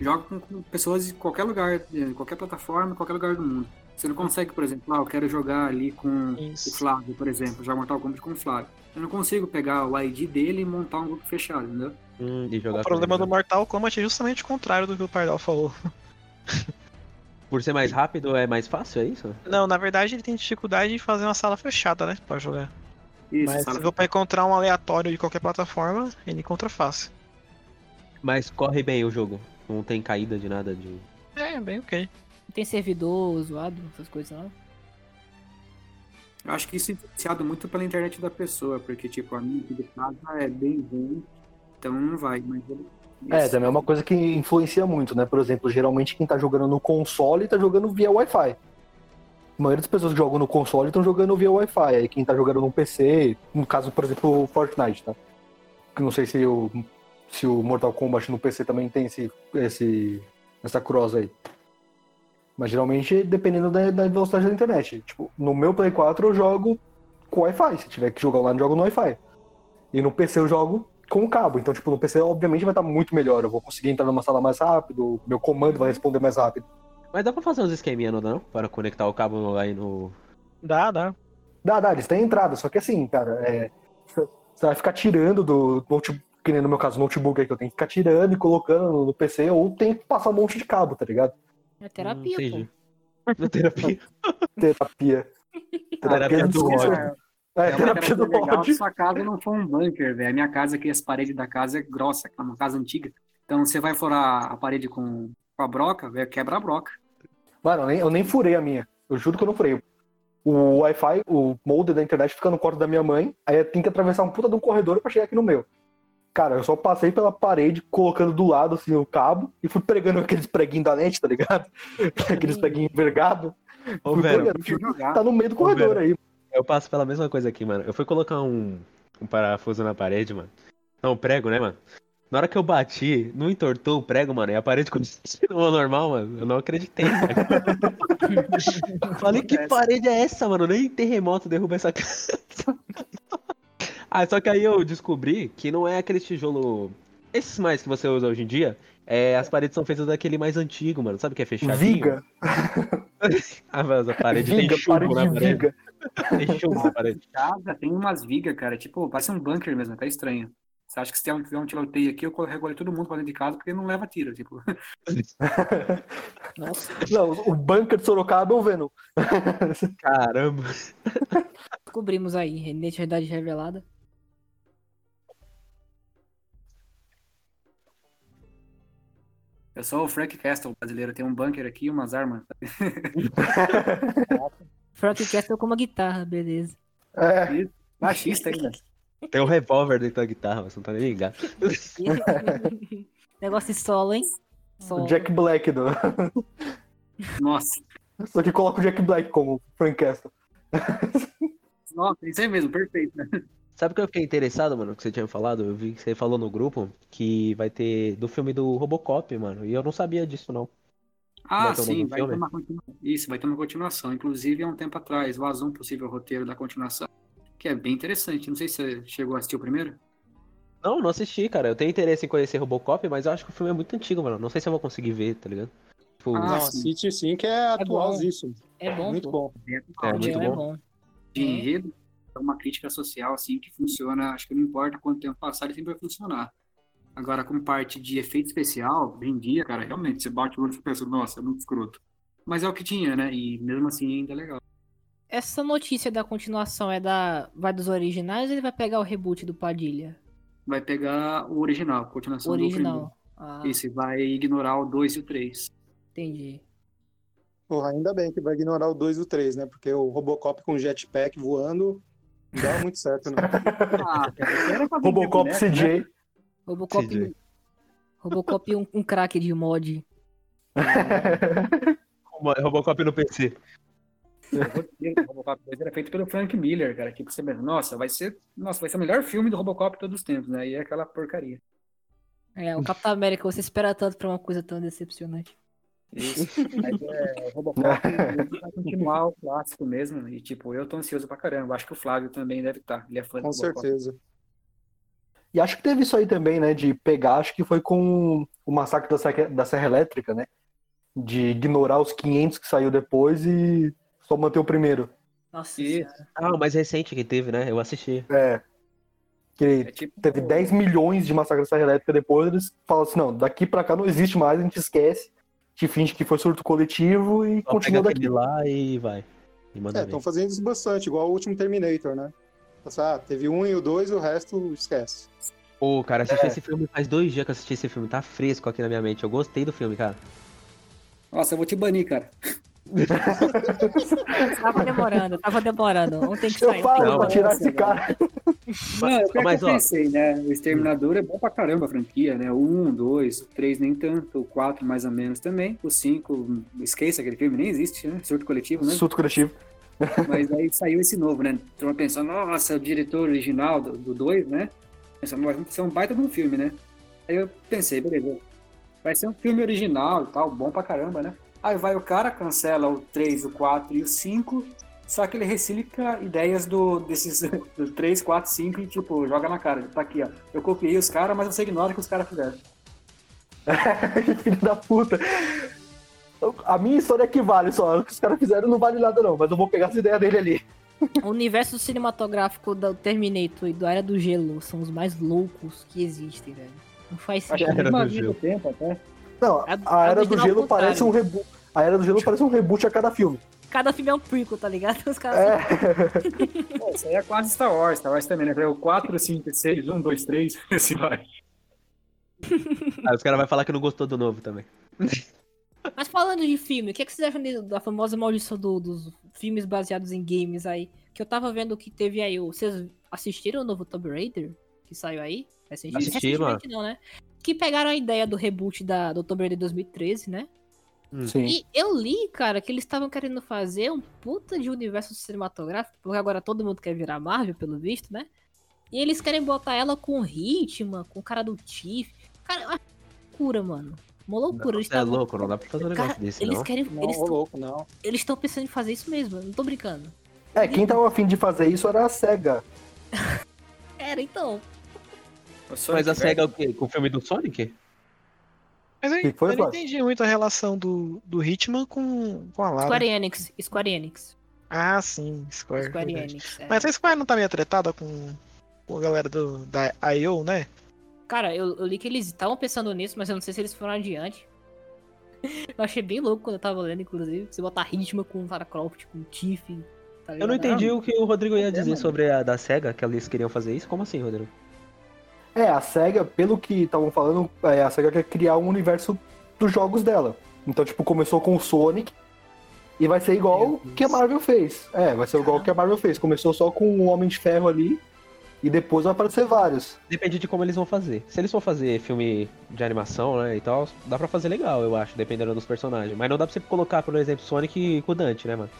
joga com- com pessoas de qualquer lugar, de qualquer plataforma, qualquer lugar do mundo. Você não consegue, por exemplo, ah, eu quero jogar ali com o Isso. Flávio, por exemplo, jogar Mortal Kombat com o Flávio. Eu não consigo pegar o ID dele e montar um grupo fechado, entendeu? Hum, e jogar O com problema ele, do né? Mortal Kombat é justamente o contrário do que o Pardal falou. Por ser mais rápido, é mais fácil, é isso? Não, na verdade ele tem dificuldade em fazer uma sala fechada, né? Pra jogar. Isso, Mas se sala- for pra encontrar um aleatório de qualquer plataforma, ele encontra fácil. Mas corre bem o jogo. Não tem caída de nada de. É, bem ok. Não tem servidor zoado, essas coisas não. Eu acho que isso é influenciado muito pela internet da pessoa, porque, tipo, a minha aqui de casa é bem ruim, então não vai. Mas ele- É, também é uma coisa que influencia muito, né? Por exemplo, geralmente quem tá jogando no console tá jogando via Wi-Fi. A maioria das pessoas que jogam no console estão jogando via Wi-Fi. Aí quem tá jogando no PC, no caso, por exemplo, o Fortnite, tá? que não sei se o, se o Mortal Kombat no PC também tem esse, esse, essa cross aí. Mas geralmente dependendo da, da velocidade da internet. Tipo, no meu Play 4 eu jogo com Wi-Fi. Se tiver que jogar lá, eu jogo no Wi-Fi. E no PC eu jogo com o cabo. Então, tipo, no PC obviamente vai estar muito melhor. Eu vou conseguir entrar numa sala mais rápido, meu comando vai responder mais rápido. Mas dá pra fazer uns esqueminha, não dá? não? Para conectar o cabo aí no. Dá, dá. Dá, dá, eles têm entrada, só que assim, cara, é, você vai ficar tirando do notebook, que nem no meu caso, notebook aí que eu tenho que ficar tirando e colocando no PC, ou tem que passar um monte de cabo, tá ligado? É terapia, Entendi. pô. Na terapia. Terapia. Terapia do ódio. É, É uma terapia terapia do legal se ódio. sua casa não for um bunker, velho. A minha casa aqui, as paredes da casa é grossa, é uma casa antiga. Então você vai furar a parede com, com a broca, velho, quebra a broca. Mano, eu nem, eu nem furei a minha. Eu juro que eu não furei. O Wi-Fi, o molde da internet fica no quarto da minha mãe, aí eu tenho que atravessar um puta de um corredor pra chegar aqui no meu. Cara, eu só passei pela parede, colocando do lado, assim, o cabo, e fui pregando aqueles preguinhos da net, tá ligado? Aqueles preguinhos envergados. Ô, Fui Vera, pregando, Deixa eu jogar. tá no meio do corredor aí. eu passo pela mesma coisa aqui, mano. Eu fui colocar um, um parafuso na parede, mano. Não, um prego, né, mano? Na hora que eu bati, não entortou o prego, mano, e a parede continuou normal, mano. Eu não acreditei. Cara. Falei, que parede é essa, mano? Nem terremoto derruba essa casa. ah, só que aí eu descobri que não é aquele tijolo. Esses mais que você usa hoje em dia, é, as paredes são feitas daquele mais antigo, mano. Sabe o que é fechadinho? Viga, Ah, mas a parede viga, tem chumbo né, na parede de parede. viga. Tem chumbo na parede. Casa tem umas vigas, cara. Tipo, parece um bunker mesmo, tá estranho. Você acha que se tiver um tiroteio aqui, eu recolho todo mundo pra dentro de casa porque não leva tiro, tipo. Nossa, Não, o bunker de Sorocaba eu vendo. Caramba. descobrimos aí. Identidade revelada. Eu sou o Frank Castle brasileiro, tem um bunker aqui e umas armas. Frank Castle com uma guitarra, beleza. É, Machista ainda. Tem um revólver dentro da guitarra, você não tá nem ligado. Negócio de solo, hein? Solo. o Jack Black. Do... Nossa. Só que coloca o Jack Black como Frank Castle. Nossa, isso aí mesmo, perfeito. né? Sabe o que eu fiquei interessado, mano, que você tinha falado? Eu vi que você falou no grupo que vai ter do filme do Robocop, mano. E eu não sabia disso, não. Ah, Vai ter um sim, novo vai ter filme? uma continuação. Isso, vai ter uma continuação. Inclusive, há um tempo atrás, vazou um possível roteiro da continuação, que é bem interessante. Não sei se você chegou a assistir o primeiro. Não, não assisti, cara. Eu tenho interesse em conhecer Robocop, mas eu acho que o filme é muito antigo, mano. Não sei se eu vou conseguir ver, tá ligado? Tipo, Ah, Não, sim. assiste sim, que é atualzíssimo. É bom, Muito pô. bom. é muito é bom. bom. de enredo é uma crítica social assim que funciona, acho que não importa quanto tempo passar, ele sempre vai funcionar. Agora, com parte de efeito especial, hoje em dia, cara, realmente, você bate o olho e pensa, nossa, é muito escroto. Mas é o que tinha, né? E mesmo assim ainda é legal. Essa notícia da continuação é da. Vai dos originais ou ele vai pegar o reboot do Padilha? Vai pegar o original, a continuação do original. Ah, primeiro. Isso, e vai ignorar o 2 e o 3. entendi. Porra, ainda bem que vai ignorar o 2 e o 3, né? Porque o Robocop com jetpack voando não dá muito certo, né? Ah, cara, era pra vender Robocop boneco, né? CJ. Robocop. CJ. Robocop um, um craque de mod. Robo- Robocop no PC. O Robocop 2 era feito pelo Frank Miller, cara. Tipo, você pensa, nossa, vai ser, nossa, vai ser o melhor filme do Robocop de todos os tempos, né? E é aquela porcaria. É, o Capitão América, você espera tanto pra uma coisa tão decepcionante. Isso. Mas é, o Robocop vai continuar o clássico mesmo. E, tipo, eu tô ansioso pra caramba. Acho que o Flávio também deve estar. Ele é fã do Com Robocop. certeza. E acho que teve isso aí também, né? De pegar, acho que foi com o massacre da Serra, da Serra Elétrica, né? De ignorar os 500 que saiu depois e só manter o primeiro. Nossa Isso. senhora. Ah, o mais recente que teve, né? Eu assisti. É. É Que tipo, teve 10 milhões de massacres da Serra Elétrica depois, eles falam assim: não, daqui pra cá não existe mais, a gente esquece, te finge que foi surto coletivo e Só continua pega daqui. aquele lá e vai. E manda É, ver. estão fazendo isso bastante, igual o último Terminator, né? Passar, ah, teve um e o dois, o resto esquece. Pô, cara, assisti esse filme faz dois dias que eu assisti esse filme. Tá fresco aqui na minha mente. Eu gostei do filme, cara. Nossa, eu vou te banir, cara. Tava demorando, tava demorando. Um tem que Eu sair. falo Não, é. pra mas- tirar esse cara. Não, é eu, mas, eu ó. pensei, né? O Exterminador é bom pra caramba a franquia, né? O 1, 2, o 3 nem tanto, o 4 mais ou menos também, o 5, esqueça aquele filme, nem existe, né? Surto coletivo, Uhum. né? Surto coletivo. Mas aí saiu esse novo, né? Então pensando, nossa, o diretor original do 2, né? Pensando, "Mas vai ser um baita de um filme, né? Aí eu pensei, beleza, vai ser um filme original e tal, bom pra caramba, né? Aí vai o cara, cancela o 3, o 4 e o 5, só que ele recicla ideias do, desses do 3, 4, 5 e tipo, joga na cara. Tá aqui, ó. Eu copiei os caras, mas você ignora o que os caras fizeram. Filho da puta. A minha história é que vale só. O que os caras fizeram não vale nada, não. Mas eu vou pegar essa ideia dele ali. O universo cinematográfico do Terminator e do Área do Gelo são os mais loucos que existem, velho. Não faz Acho Era que sentido. do uma linha gelo. do tempo até. Não, É- a é Era do original Gelo ao contrário. parece um reboot. A Era do Gelo parece um reboot a cada filme. Cada filme é um prequel, tá ligado? Os caras É. Pô, isso aí é quase Star Wars, Star Wars também, né? O 4, 5, 6, 1, 2, 3, assim vai. Aí os caras vão falar que não gostou do novo também. Mas falando de filme, o que, é que vocês acham de- da famosa maldição do- dos filmes baseados em games aí? Que eu tava vendo que teve aí. o- Vocês assistiram o novo Tomb Raider? Que saiu aí? Recentemente, Assisti, mano. recentemente não, né? Que pegaram a ideia do reboot da, do Tomb Raider 2013, né? Sim. E eu li, cara, que eles estavam querendo fazer um puta de universo cinematográfico, porque agora todo mundo quer virar Marvel, pelo visto, né? E eles querem botar ela com ritmo, com o cara do Tiff. Cara, é uma loucura, mano. Uma loucura. eles Você é tavam- louco, não dá pra fazer um negócio Cara, desse, eles não. querem. Não, eles ô tão- louco, não. eles estão pensando em fazer isso mesmo, eu não tô brincando. É, quem tava afim de fazer isso era a SEGA. Era, então. Mas a SEGA é o quê? Com o filme do Sonic? Mas eu, Que foi, eu não Flávio? entendi muito a relação do, do Hitman com, com a Lara. Square Enix. Square Enix. Ah, sim, Square. Square verdade. Enix. é. Mas a Square não tá meio tretada com, com a galera do, da IO, né? Cara, eu, eu li que eles estavam pensando nisso, mas eu não sei se eles foram adiante. Eu achei bem louco quando eu tava lendo, inclusive. Você botar ritmo com um Lara Croft, com Tiff. Tá Eu não ligado? entendi o que o Rodrigo ia É, dizer mano. sobre a da SEGA, que eles queriam fazer isso. Como assim, Rodrigo? É, a SEGA, pelo que estavam falando, é, a SEGA quer criar um universo dos jogos dela. Então, tipo, começou com o Sonic e vai ser igual Meu Deus. que a Marvel fez. É, vai ser igual que a Marvel fez. Começou só com o Homem de Ferro ali e depois vai aparecer vários. Depende de como eles vão fazer. Se eles vão fazer filme de animação, né, e tal, dá pra fazer legal, eu acho, dependendo dos personagens. Mas não dá pra você colocar, por exemplo, Sonic com o Dante, né, mano?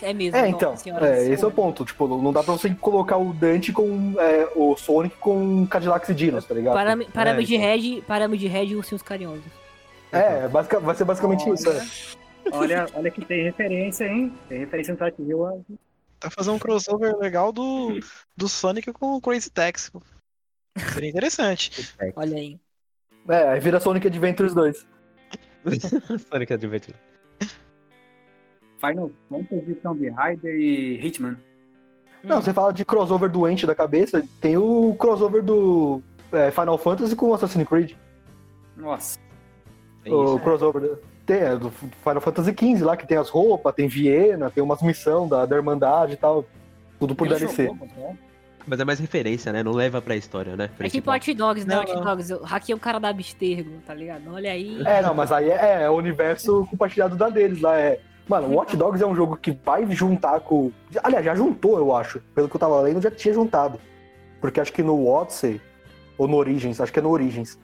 É mesmo. É, nossa então, senhora, é, esse é o senhora. ponto. Tipo, não dá pra você colocar o Dante com é, o Sonic com Cadillac e Dinos, tá ligado? Parâme- Parâmetro de então. Red, parâmetro de Red e ursinhos carinhosos. É, basica- vai ser basicamente isso. É. Olha, olha que tem referência, hein? Tem referência no Silent Hill. ó. Tá fazendo um crossover legal do, do Sonic com o Crazy Taxi. pô. Seria interessante. Olha aí. É, aí vira Sonic Adventures 2. Sonic é divertido. Final Fantasy, Tomb Raider e Hitman. Não, você fala de crossover doente da cabeça, tem o crossover do é, Final Fantasy com Assassin's Creed. Nossa. É o isso. crossover. né? Tem, é, do Final Fantasy XV lá, que tem as roupas, tem Viena, tem umas missão da, da Irmandade e tal. Tudo por Ele DLC. jogou, né? Mas é mais referência, né? Não leva pra história, né? É tipo principal. Hot Dogs, né? Não, Hot não. Dogs. Eu hackei o cara da Abstergo, tá ligado? Olha aí. É, não, mas aí é, é o universo compartilhado da deles lá. É. Mano, o Watch Dogs é um jogo que vai juntar com. Aliás, já juntou, eu acho. Pelo que eu tava lendo, já tinha juntado. Porque acho que no Odyssey, ou no Origins, acho que é no Origins.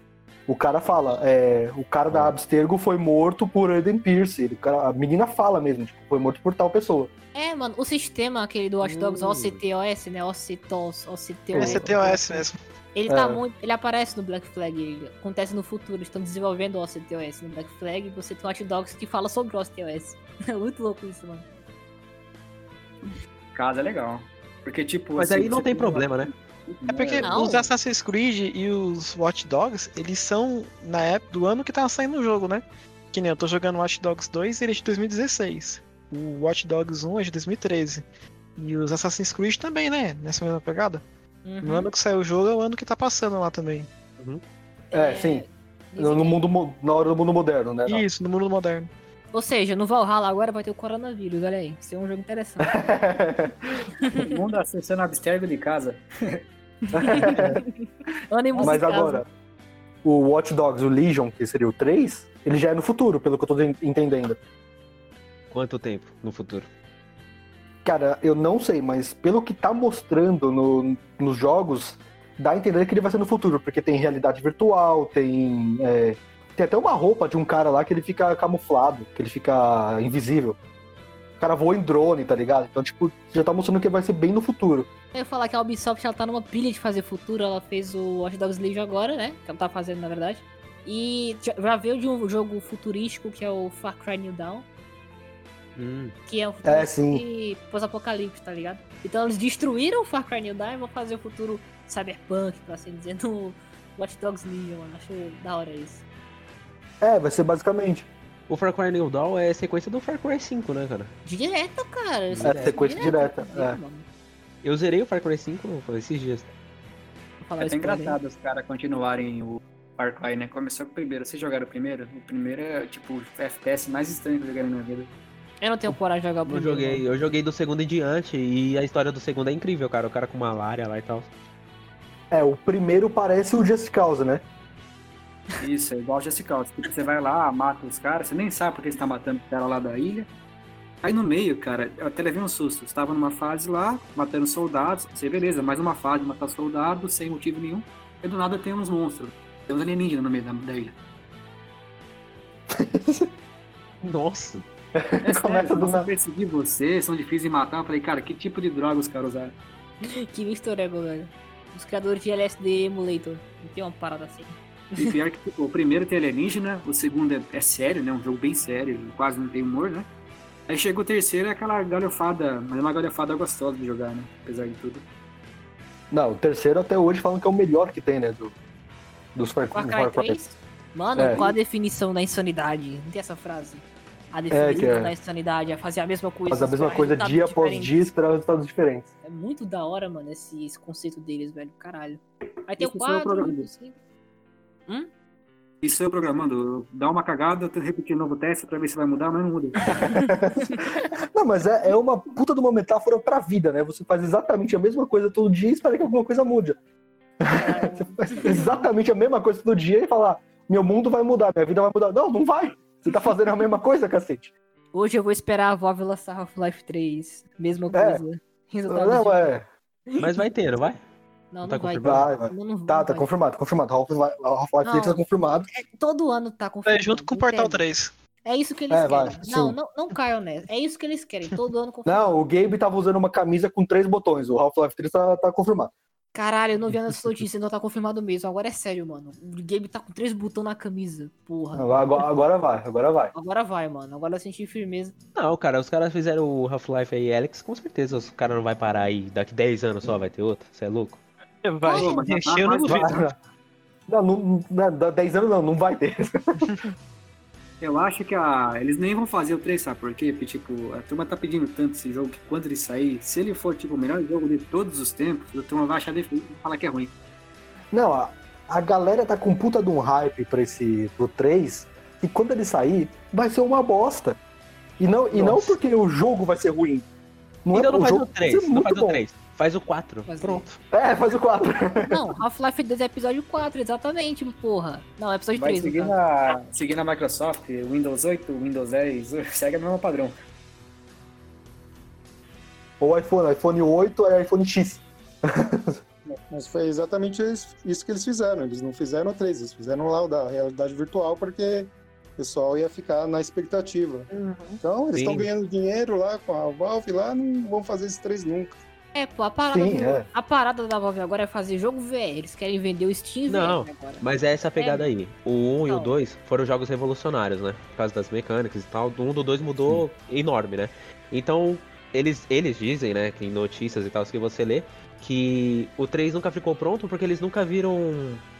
O cara fala, é, o cara da Abstergo foi morto por Eden Pierce. O cara- a menina fala mesmo, tipo, foi morto por tal pessoa. É, mano, o sistema aquele do Watch Dogs, Hum. OCTOS, né? OCTOS, Eu- Esse é TOS mesmo. Ele tá É. muito. Ele aparece no Black Flag, ele acontece no futuro. Eles estão desenvolvendo o OCTOS no Black Flag e você tem o Hot Dogs que fala sobre o OCTOS. É muito louco isso, mano. Casa é legal. Porque, tipo. Mas assim, aí não você tem problema, né? É porque Não. os Assassin's Creed e os Watch Dogs, eles são na época do ano que tava saindo o jogo, né? Que nem eu tô jogando Watch Dogs 2 e ele é de 2016. O Watch Dogs 1 é de 2013. E os Assassin's Creed também, né? Nessa mesma pegada. Uhum. No ano que saiu o jogo é o ano que tá passando lá também. É, sim. No, no mundo, mo- na hora do mundo moderno, né? Não. Isso, no mundo moderno. Ou seja, no Valhalla agora vai ter o coronavírus, olha aí. Isso é um jogo interessante. Todo mundo acessando Abstergo de casa. Ânimos Mas em casa. agora, o Watch Dogs, o Legion, que seria o 3, ele já é no futuro, pelo que eu tô en- entendendo. Quanto tempo no futuro? Cara, eu não sei, mas pelo que tá mostrando no- nos jogos, dá a entender que ele vai ser no futuro, porque tem realidade virtual, tem. é, tem até uma roupa de um cara lá que ele fica camuflado, que ele fica invisível. cara voa em drone, tá ligado? Então, tipo, já tá mostrando que vai ser bem no futuro. Eu ia falar que a Ubisoft ela tá numa pilha de fazer futuro, ela fez o Watch Dogs Legion agora, né? Que ela tá fazendo, na verdade. E já- já veio de um jogo futurístico que é o Far Cry New Dawn, Hum, que é um É, futuro sim. e pós-apocalipse, tá ligado? Então eles destruíram o Far Cry New Dawn e vão fazer o futuro cyberpunk, pra assim dizer, no Watch Dogs Legion, mano. Acho da hora isso. É, vai ser basicamente. O Far Cry New Dawn é sequência do Far Cry 5, né, cara? Direto, cara. isso É, sequência direta, inclusive, é. mano. Eu zerei o Far Cry 5 foi esses dias. Vou falar É isso até pra alguém. engraçado os caras continuarem o Far Cry, né? Começou com o primeiro. Vocês jogaram o primeiro? O primeiro é, tipo, o FPS mais estranho que eu joguei na minha vida. Eu não tenho coragem de jogar o Eu primeiro, joguei, eu joguei do segundo em diante e a história do segundo é incrível, cara. O cara com malária lá e tal. É, o primeiro parece o Just Cause, né? Isso, é igual o Jessica Alba. Tipo, você vai lá, mata os caras, você nem sabe porque você tá matando o cara lá da ilha. Aí no meio, cara, eu até levei um susto. Eu estava numa fase lá, matando soldados. Você, beleza, mais uma fase, matar soldados, sem motivo nenhum. E do nada tem uns monstros. Tem uns alienígenas no meio da, da ilha. Nossa. É sério, Começa do começa a nada. perseguir você, são difíceis de matar. Eu falei, cara, que tipo de droga os caras usaram? mano. Que mistura, velho. Os criadores de LSD Emulator. Não tem uma parada assim. E pior que tipo, o primeiro tem alienígena, o segundo é, é sério, né? Um jogo bem sério, quase não tem humor, né? Aí chega o terceiro, é aquela galhofada, mas é uma galhofada gostosa de jogar, né? Apesar de tudo. Não, o terceiro até hoje falam que é o melhor que tem, né? Do, dos Far, Far do Cry 3? Mano, É. qual a definição da insanidade? Não tem essa frase. A que definição é. da insanidade é fazer a mesma coisa. Faz a mesma esperar coisa resultados dia após diferentes. dia, esperar resultados diferentes. É muito da hora, mano, esse, esse conceito deles, velho. Caralho. Aí tem o Isso foi o 4, programa. o 5. Isso eu programando, dá uma cagada, eu tento repetir um novo teste pra ver se vai mudar, mas não muda. Não, mas é, é uma puta de uma metáfora pra vida, né? Você faz exatamente a mesma coisa todo dia e espera que alguma coisa mude. Você faz exatamente a mesma coisa todo dia e fala, "Ah, meu mundo vai mudar, minha vida vai mudar. Não, não vai. Você tá fazendo a mesma coisa, cacete. Hoje eu vou esperar a Valve lançar Half-Life 3. Mesma É. coisa. Resultados Não, é. Mas vai ter, não vai? Não, não, tá vai. confirmado? Vai, vai. Não, não Tá, vai. tá confirmado, confirmado. Half-Life Half-Life 3 Não. tá confirmado. É, todo ano tá É confirmado. junto com o Portal entende? 3. É isso que eles É, vai, querem. não, sim. não, não caiam nessa. É isso que eles querem. Todo ano confirmado. Não, o Gabe tava usando uma camisa com três botões. O Half-Life 3 tá, tá confirmado. Caralho, eu não vi essa notícia, não tá confirmado mesmo. Agora é sério, mano. O Gabe tá com três botões na camisa. Porra. Agora, agora vai, agora vai. Agora vai, mano. Agora eu senti firmeza. Não, cara, os caras fizeram o Half-Life aí, Alex, com certeza os caras não vai parar aí. Daqui 10 anos só vai ter outro, você é louco? Vai, Pô, mas já tá eu não mais duvido. barato. Não, não, não, dá 10 anos não, não vai ter. Eu acho que a, eles nem vão fazer o 3, sabe por quê? Porque, tipo, a turma tá pedindo tanto esse jogo que quando ele sair, se ele for, tipo, o melhor jogo de todos os tempos, a turma vai achar defeito e falar que é ruim. Não, a, a galera tá com puta de um hype pra esse, pro 3, e quando ele sair, vai ser uma bosta. E não, e não Nossa. porque o jogo vai ser ruim. Não Então é não o faz jogo o 3, vai ser não muito faz bom. o 3, faz o 4. Faz o Pronto. É, faz o 4. Não, Half-Life 2 é episódio 4, exatamente, porra. Não, é episódio Vai 3. no seguir caso. na, seguir na Microsoft, Windows 8, Windows 10, segue o mesmo padrão. Ou iPhone, iPhone 8 é iPhone X. Mas foi exatamente isso- isso que eles fizeram. Eles não fizeram o 3, eles fizeram lá o da realidade virtual, porque o pessoal ia ficar na expectativa. Uhum. Então, eles Sim. estão ganhando dinheiro lá com a Valve lá, não vão fazer esse 3 nunca. É, pô, a parada, Sim, do- é. a parada da Valve agora é fazer jogo VR. Eles querem vender o Steam Não. VR agora. Mas é essa pegada aí. O 1 e o Não. 2 foram jogos revolucionários, né? Por causa das mecânicas e tal. um Do 1 do 2 mudou enorme, né? Então, eles, eles dizem, né, que em notícias e tal, que você lê, que o 3 nunca ficou pronto porque eles nunca viram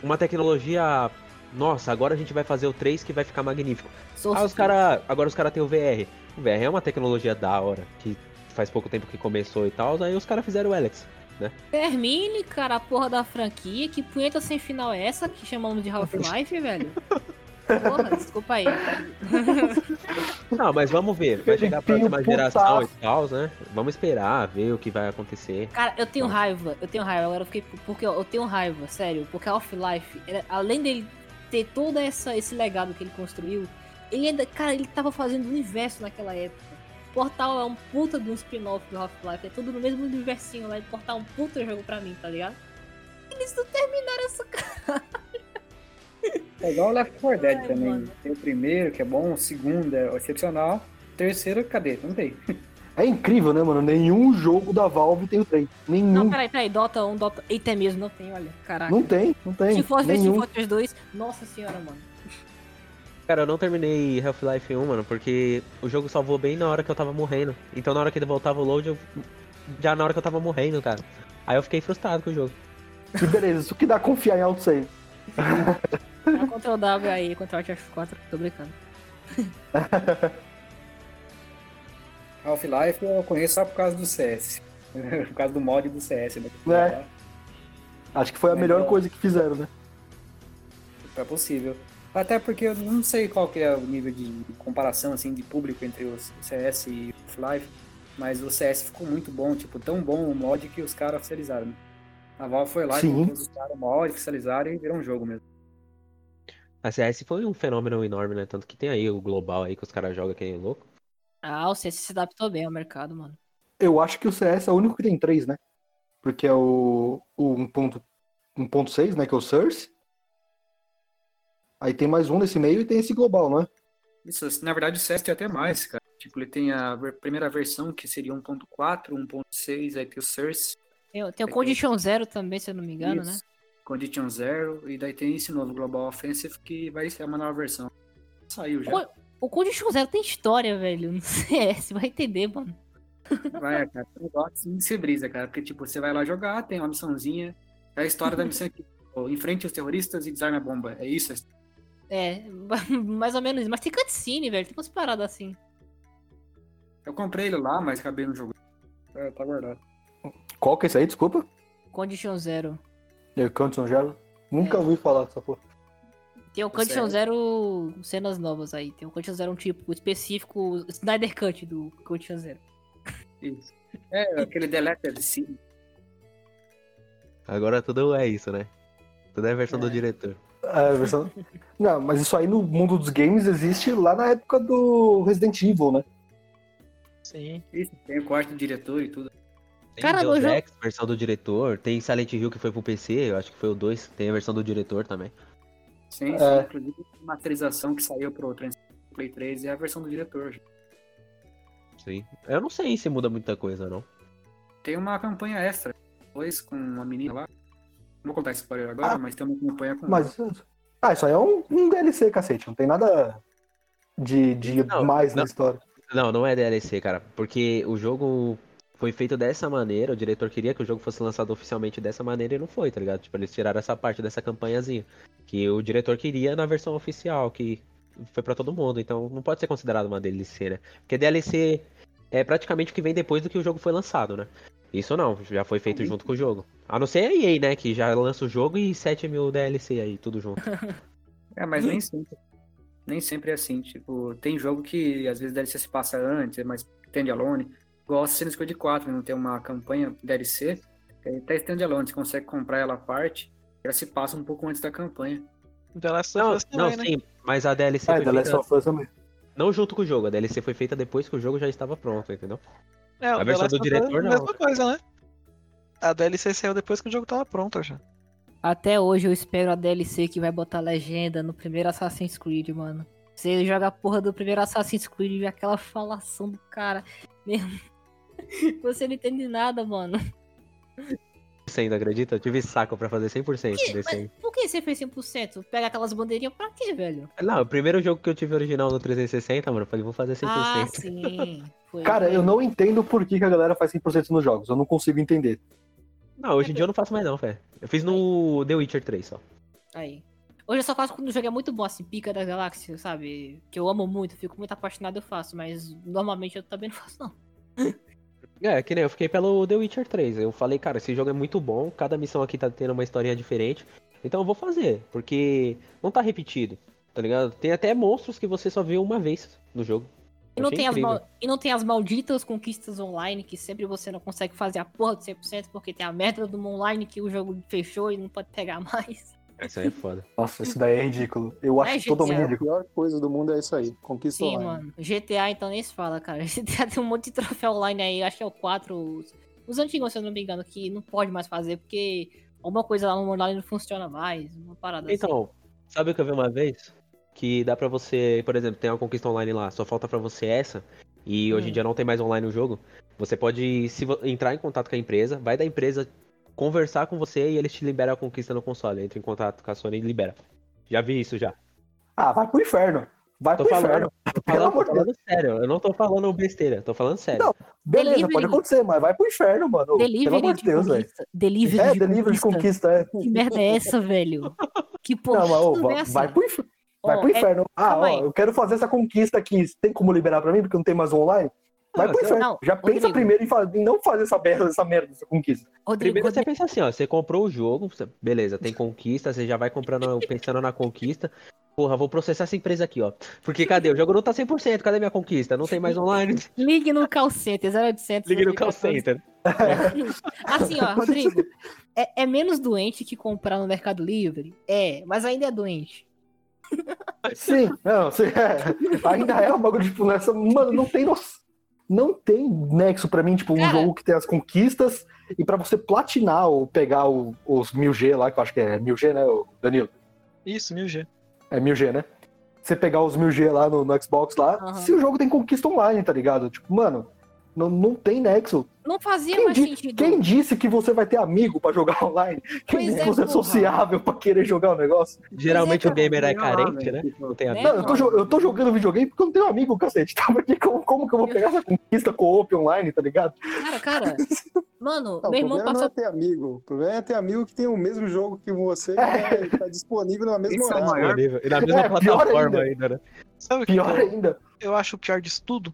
uma tecnologia. Nossa, agora a gente vai fazer o 3 que vai ficar magnífico. Sou Ah, os cara, agora os caras têm o VR. O VR é uma tecnologia da hora, que faz pouco tempo que começou e tal. Aí os caras fizeram o Alex. Termine, cara, a porra da franquia. Que punheta sem final é essa que chamamos de Half-Life, velho? Porra, desculpa aí. Não, mas vamos ver. Vai chegar a Filipinho próxima geração e tal, né? Vamos esperar, ver o que vai acontecer. Cara, eu tenho raiva, eu tenho raiva. Agora eu fiquei. Porque eu eu tenho raiva, sério. Porque a Half-Life, era- além dele ter todo essa, esse legado que ele construiu, ele ainda. Cara, ele tava fazendo universo naquela época. Portal é um puta de um spin-off do Half-Life. É tudo no mesmo universinho lá. E Portal é um puta jogo pra mim, tá ligado? Eles não terminaram essa É igual o Left 4 Dead Ai, também. mano. Tem o primeiro, que é bom, o segundo é excepcional. o Terceiro, cadê? Não tem. É incrível, né, mano? Nenhum jogo da Valve tem o 3. Nenhum. Não, Não, peraí, peraí. Dota 1, Dota. Eita, é mesmo, não tem, olha. Caraca. tem, não tem. Se fosse Team nenhum. Fortress 2, nossa senhora, mano. Cara, eu não terminei Half-Life 1, mano, porque o jogo salvou bem na hora que eu tava morrendo. Então na hora que ele voltava o load, eu... já na hora que eu tava morrendo, cara. Aí eu fiquei frustrado com o jogo. E beleza, isso que dá confiar em autosave. Dá Ctrl W aí, Ctrl Alt F4, tô brincando. Half-Life eu conheço só por causa do CS. por causa do mod do CS, né? É. Acho que foi a É, melhor então. coisa que fizeram, né? É possível. Até porque eu não sei qual que é o nível de comparação assim de público entre o CS e o Half-Life, mas o CS ficou muito bom, tipo, tão bom o mod que os caras oficializaram. né? A Valve foi lá e Sim. colocou os caras mod, oficializaram e virou um jogo mesmo. A CS foi um fenômeno enorme, né? Tanto que tem aí o global aí que os caras jogam que é louco. Ah, o CS se adaptou bem ao mercado, mano. Eu acho que o CS é o único que tem três, né? Porque é o, o 1.1 1.6, né? Que é o Source. Aí tem mais um nesse meio e tem esse global, não é? Isso, na verdade o CS tem até mais, cara. Tipo, ele tem a ver- primeira versão que seria 1.4, 1.6, aí tem o Source, Tem, É tem o Condition Zero também, se eu não me engano, né? isso, Condition Zero, e daí tem esse novo Global Offensive que vai ser uma nova versão. Saiu já. Oi. O Condition Zero tem história, velho, no CS, vai entender, mano. Vai, cara. Eu gosto assim de ser brisa, cara. Porque, tipo, você vai lá jogar, tem uma missãozinha. É a história da missão que pô, enfrente os terroristas e desarme a bomba. É isso? É, mais ou menos isso. Mas tem cutscene, velho, tem umas paradas assim. Eu comprei ele lá, mas acabei no jogo. É, tá guardado. Qual que é esse aí? Desculpa. Condition Zero. Eu canto já. Nunca ouvi falar dessa porra. Tem o Tá Condition certo. Zero cenas novas aí. Tem o Condition Zero um tipo específico, o Snyder Cut do Condition Zero. Isso. É, aquele Deleted Scene. Agora tudo é isso, né? Tudo é a versão do diretor. É, a versão- Não, mas isso aí no mundo dos games existe lá na época do Resident Evil, né? Sim. Isso, tem o quarto diretor e tudo. Tem Cara, Deus no jogo- Ex, versão do diretor. Tem Silent Hill que foi pro PC, eu acho que foi o 2. Tem a versão do diretor também. Sim, sim. É. Inclusive, a masterização que saiu pro Trans- Play 3 é a versão do diretor. Sim. Eu não sei se muda muita coisa, não. Tem uma campanha extra. Depois, com uma menina lá. Não vou contar esse spoiler agora, Ah. mas tem uma campanha com Mas. Ah, isso aí é um, um DLC, cacete. Não tem nada de, de Não, mais na não. história. Não, não é DLC, cara. Porque o jogo foi feito dessa maneira, o diretor queria que o jogo fosse lançado oficialmente dessa maneira e não foi, tá ligado? Tipo, eles tiraram essa parte dessa campanhazinha. Que o diretor queria na versão oficial, que foi pra todo mundo. Então não pode ser considerado uma DLC, né? Porque DLC é praticamente o que vem depois do que o jogo foi lançado, né? Isso não, já foi feito junto com o jogo. A não ser a EA, né? Que já lança o jogo e 7 mil DLC aí, tudo junto. É, mas nem sempre. Nem sempre é assim. Tipo, tem jogo que às vezes DLC se passa antes, mas standalone. Igual Assassin's Creed 4, não tem uma campanha DLC. que é Até standalone, você consegue comprar ela à parte. Ela se passa um pouco antes da campanha. The Last of Não, Us não, também, né? sim, mas a DLC Ah, foi The Last feita, of Us também. não junto com o jogo, a DLC foi feita depois que o jogo já estava pronto, entendeu? É, o The versão Last do of Us diretor, é a não. mesma coisa, né? A DLC saiu depois que o jogo tava pronto já. Até hoje eu espero a DLC que vai botar legenda no primeiro Assassin's Creed, mano. Você joga a porra do primeiro Assassin's Creed e vê aquela falação do cara. Mesmo. Você não entende nada, mano. 100%, acredita? Eu tive saco pra fazer 100% Que- desse mas aí. por que você fez 100%? Pega aquelas bandeirinhas pra quê, velho? Não, o primeiro jogo que eu tive original no 360, mano, eu falei, vou fazer 100%. Ah, sim. Foi, Cara, foi. eu não entendo por que, que a galera faz 100% nos jogos. Eu não consigo entender. Não, é hoje em dia eu não faço mais não, fé. Eu fiz no The Witcher 3 só. Aí. Hoje eu só faço quando o jogo é muito bom, assim, Pica da Galáxia, sabe? Que eu amo muito, fico muito apaixonado, eu faço, mas normalmente eu também não faço, não. É, que nem eu fiquei pelo The Witcher 3. Eu falei, cara, esse jogo é muito bom, cada missão aqui tá tendo uma historinha diferente. Então eu vou fazer, porque não tá repetido, tá ligado? Tem até monstros que você só viu uma vez no jogo. E não, Achei tem as incrível. mal- e não tem as malditas conquistas online que sempre você não consegue fazer a porra do 100% porque tem a merda do online que o jogo fechou e não pode pegar mais. Isso aí é foda. Nossa, isso daí é ridículo. Eu acho É, totalmente gente, é. A ridículo. pior coisa do mundo é isso aí. Conquista Sim, online. mano. GTA então nem se fala, cara. GTA tem um monte de troféu online aí, acho que é o 4, os, os antigos, se eu não me engano, que não pode mais fazer porque alguma coisa lá no online não funciona mais, uma parada assim. Então, sabe o que eu vi uma vez? Que dá pra você, por exemplo, tem uma conquista online lá, só falta pra você essa. E hoje Hum. em dia não tem mais online o jogo. Você pode se vo- entrar em contato com a empresa, vai da empresa conversar com você e eles te liberam a conquista no console. Entra em contato com a Sony e libera. Já vi isso já. Ah, vai pro inferno. Vai Tô pro falando, inferno. Tô Pelo falando, amor tô de falando Deus. sério, eu não tô falando besteira, tô falando sério. Não, Beleza, Delivery. pode acontecer, mas vai pro inferno, mano. Pelo Delivery amor de de Deus, velho. conquista. Delivery É, de delivery de conquista. conquista, é. Que merda é essa, velho? Que porra. Não, mas, ô, Não vai, é assim. vai pro inferno. Vai Ó, pro é- inferno. ah, calma ó, aí. eu quero fazer essa conquista aqui. Tem como liberar pra mim, porque não tem mais online? Vai Ah, pro sei inferno. lá. Já Não, pensa Rodrigo. primeiro em, fa- em não fazer essa merda, essa merda, essa conquista. é, Rodrigo, Primeiro você Rodrigo, pensa assim, ó, você comprou o jogo, você- beleza, tem conquista, você já vai comprando, pensando na conquista. Porra, vou processar essa empresa aqui, ó. Porque cadê? O jogo não tá 100%, cadê minha conquista? Não tem mais online. ligue no call center 0800. Ligue no call 9400. center. Assim, ó, Rodrigo, é, é menos doente que comprar no Mercado Livre? É, mas ainda é doente. Sim, não, sim, é. ainda é um bagulho, tipo, nessa. Mano, não tem noção. Não tem nexo pra mim, tipo, um Cara. jogo que tem as conquistas e pra você platinar ou pegar o- os 1000G lá, que eu acho que é 1000G, né, ô, Danilo? Isso, 1000G. É 1000G, né? Você pegar os 1000G lá no, no Xbox lá, Aham. se o jogo tem conquista online, tá ligado? Tipo, mano, não, não tem nexo. Não fazia Quem mais di- sentido. Quem disse que você vai ter amigo pra jogar online? Quem Pois disse é, que você é porra. sociável pra querer jogar o negócio? Geralmente o cara, gamer é Sei lá, carente, velho, né? tipo, Não tem Né? amigo. Não, eu tô, jo- eu tô jogando videogame porque eu não tenho amigo, cacete. Tá? Porque como, como que eu vou pegar essa conquista co-op online, tá ligado? Cara, cara, mano, Não, o meu irmão problema não é passou. ter amigo. O problema é ter amigo que tem o mesmo jogo que você, que tá disponível na mesma Isso é hora. maior. disponível. E na mesma É, pior plataforma ainda, né? Sabe o que Pior que eu- ainda. eu acho o pior disso tudo?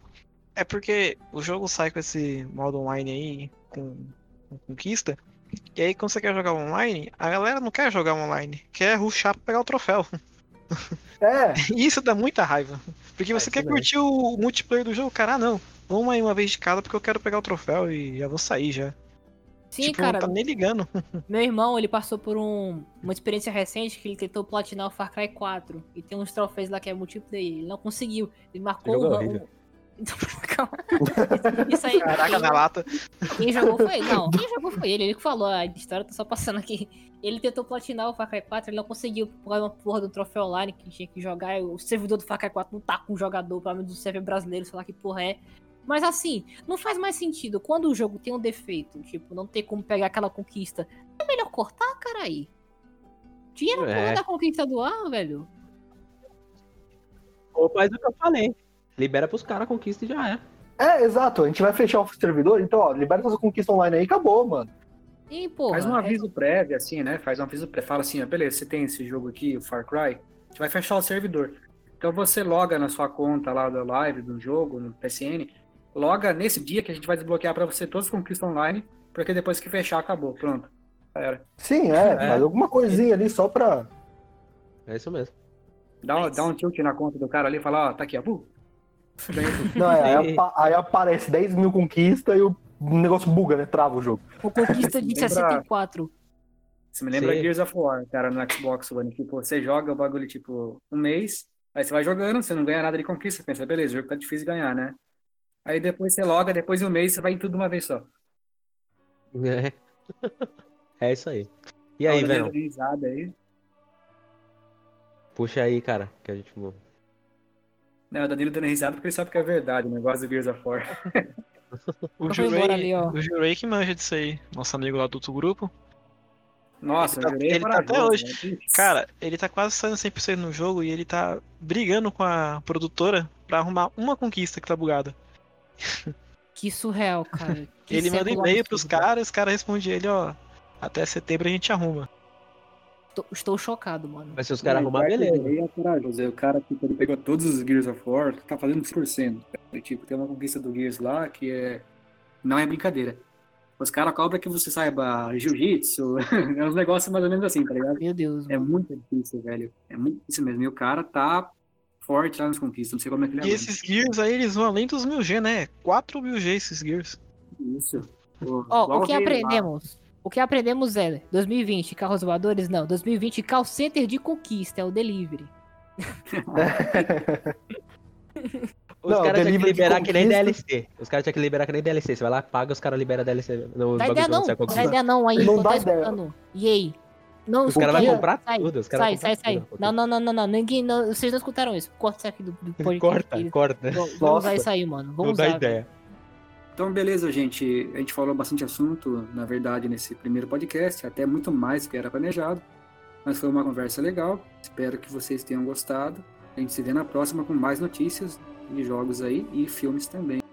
É porque o jogo sai com esse modo online aí, com, com conquista. E aí quando você quer jogar online, a galera não quer jogar online, quer ruxar pra pegar o troféu. É, E isso dá muita raiva. Porque você É, isso quer mesmo. curtir o multiplayer do jogo, cara, ah, não. Vamos aí uma vez de cada porque eu quero pegar o troféu e já vou sair já. Sim, assim, tipo, cara, não tá nem ligando. meu irmão, ele passou por um- uma experiência recente que ele tentou platinar o Far Cry 4. E tem uns troféus lá que é multiplayer. Ele não conseguiu. Ele marcou Jogo o. horrível. Então, calma. Isso aí. Caraca, na lata. Quem jogou foi ele. Não, quem jogou foi ele. Ele que falou a história, tô só passando aqui. Ele tentou platinar o Far Cry 4, ele não conseguiu por causa de uma porra do troféu online que tinha que jogar. O servidor do Far Cry 4 não tá com o jogador, pelo menos do server brasileiro, sei lá que porra é. Mas assim, não faz mais sentido. Quando o jogo tem um defeito, tipo, não tem como pegar aquela conquista, é melhor cortar, carai. Tira a porra É. da conquista do ar, velho. Ou faz o que eu falei. Libera pros caras a conquista e já é. é, exato. A gente vai fechar o servidor, então, ó, libera essa conquista online aí, acabou, mano. E, porra. Faz um é- aviso prévio, assim, né? Faz um aviso prévio. Fala assim, ó, beleza, você tem esse jogo aqui, o Far Cry, a gente vai fechar o servidor. Então você loga na sua conta lá da live, do jogo, no PSN, loga nesse dia que a gente vai desbloquear pra você todas as conquistas online, porque depois que fechar, acabou, pronto. Já era. Sim, é, É. faz alguma coisinha ali só pra. É isso mesmo. Dá, É dá um tilt na conta do cara ali e fala, ó, tá aqui, ó. bu. Ganhei tudo. Não, é, aí, apa- aí aparece 10 mil conquistas e o negócio buga, né? Trava o jogo. Com conquista de Lembra- 64. Isso me lembra Sim. Gears of War, cara, no Xbox One. que pô, você joga o bagulho, tipo, um mês, aí você vai jogando, você não ganha nada de conquista, pensa, beleza, o jogo tá difícil de ganhar, né? Aí depois você loga, depois de um mês, você vai em tudo de uma vez só. É, é isso aí. E aí, Dá uma velho? organizada aí. Puxa aí, cara, que a gente mu- Não, né, o Danilo dando risada porque ele sabe que é verdade o negócio do Gears of War. O Então foi embora ali, Jurei, ó. o Jurei que manja disso aí. Nosso amigo lá do outro grupo. Nossa, Ele eu tá- jurei ele tá corajoso, até hoje. né? Putz, Cara, ele tá quase saindo 100% no jogo e ele tá brigando com a produtora pra arrumar uma conquista que tá bugada. Que surreal, cara. Que ele manda século e-mail pros absurdo. caras, os caras respondem ele, ó. Até setembro a gente arruma. Tô- estou chocado, mano. Mas se os caras não, arrumar, que beleza. né? eu jurei é corajoso. Aí O cara tipo, ele pegou todos os Gears of War, tá fazendo 100%. cara. Tipo, tem uma conquista do Gears lá que é. Não é brincadeira. Os caras cobram que você saiba jiu-jitsu, é uns negócios mais ou menos assim, tá ligado? Meu Deus, É mano. muito difícil, velho. É muito difícil mesmo. E o cara tá forte lá nas conquistas, não sei como é que ele E esses Gears aí, eles vão além dos 1000G, né? 4000G esses Gears. aguenta. Isso. Ó, o que aprendemos? O que aprendemos é 2020, carros voadores, não. 2020, call center de conquista, é o delivery. Os Não, caras tinham que delivery de liberar que nem conquista. DLC. Os caras tinham que liberar que nem DLC. Você vai lá, paga, os caras liberam DLC. No Dá bagulho ideia quando sai não, a dá conquista. ideia não aí, Não não dá tá ideia. escutando. E aí? Não, Os caras vão escuta- comprar sai, tudo. Os caras Sai, vão sai, comprar sai. tudo. Não, não, não, não, não. Ninguém, não. Vocês não escutaram isso. Corta isso aqui do, do podcast. Corta, Vamos- corta. Vamos Nossa. usar isso aí, mano. Vamos Não usar. dá ideia. Então, beleza, gente. A gente falou bastante assunto, na verdade, nesse primeiro podcast, até muito mais do que era planejado. Mas foi uma conversa legal. Espero que vocês tenham gostado. A gente se vê na próxima com mais notícias de jogos aí e filmes também.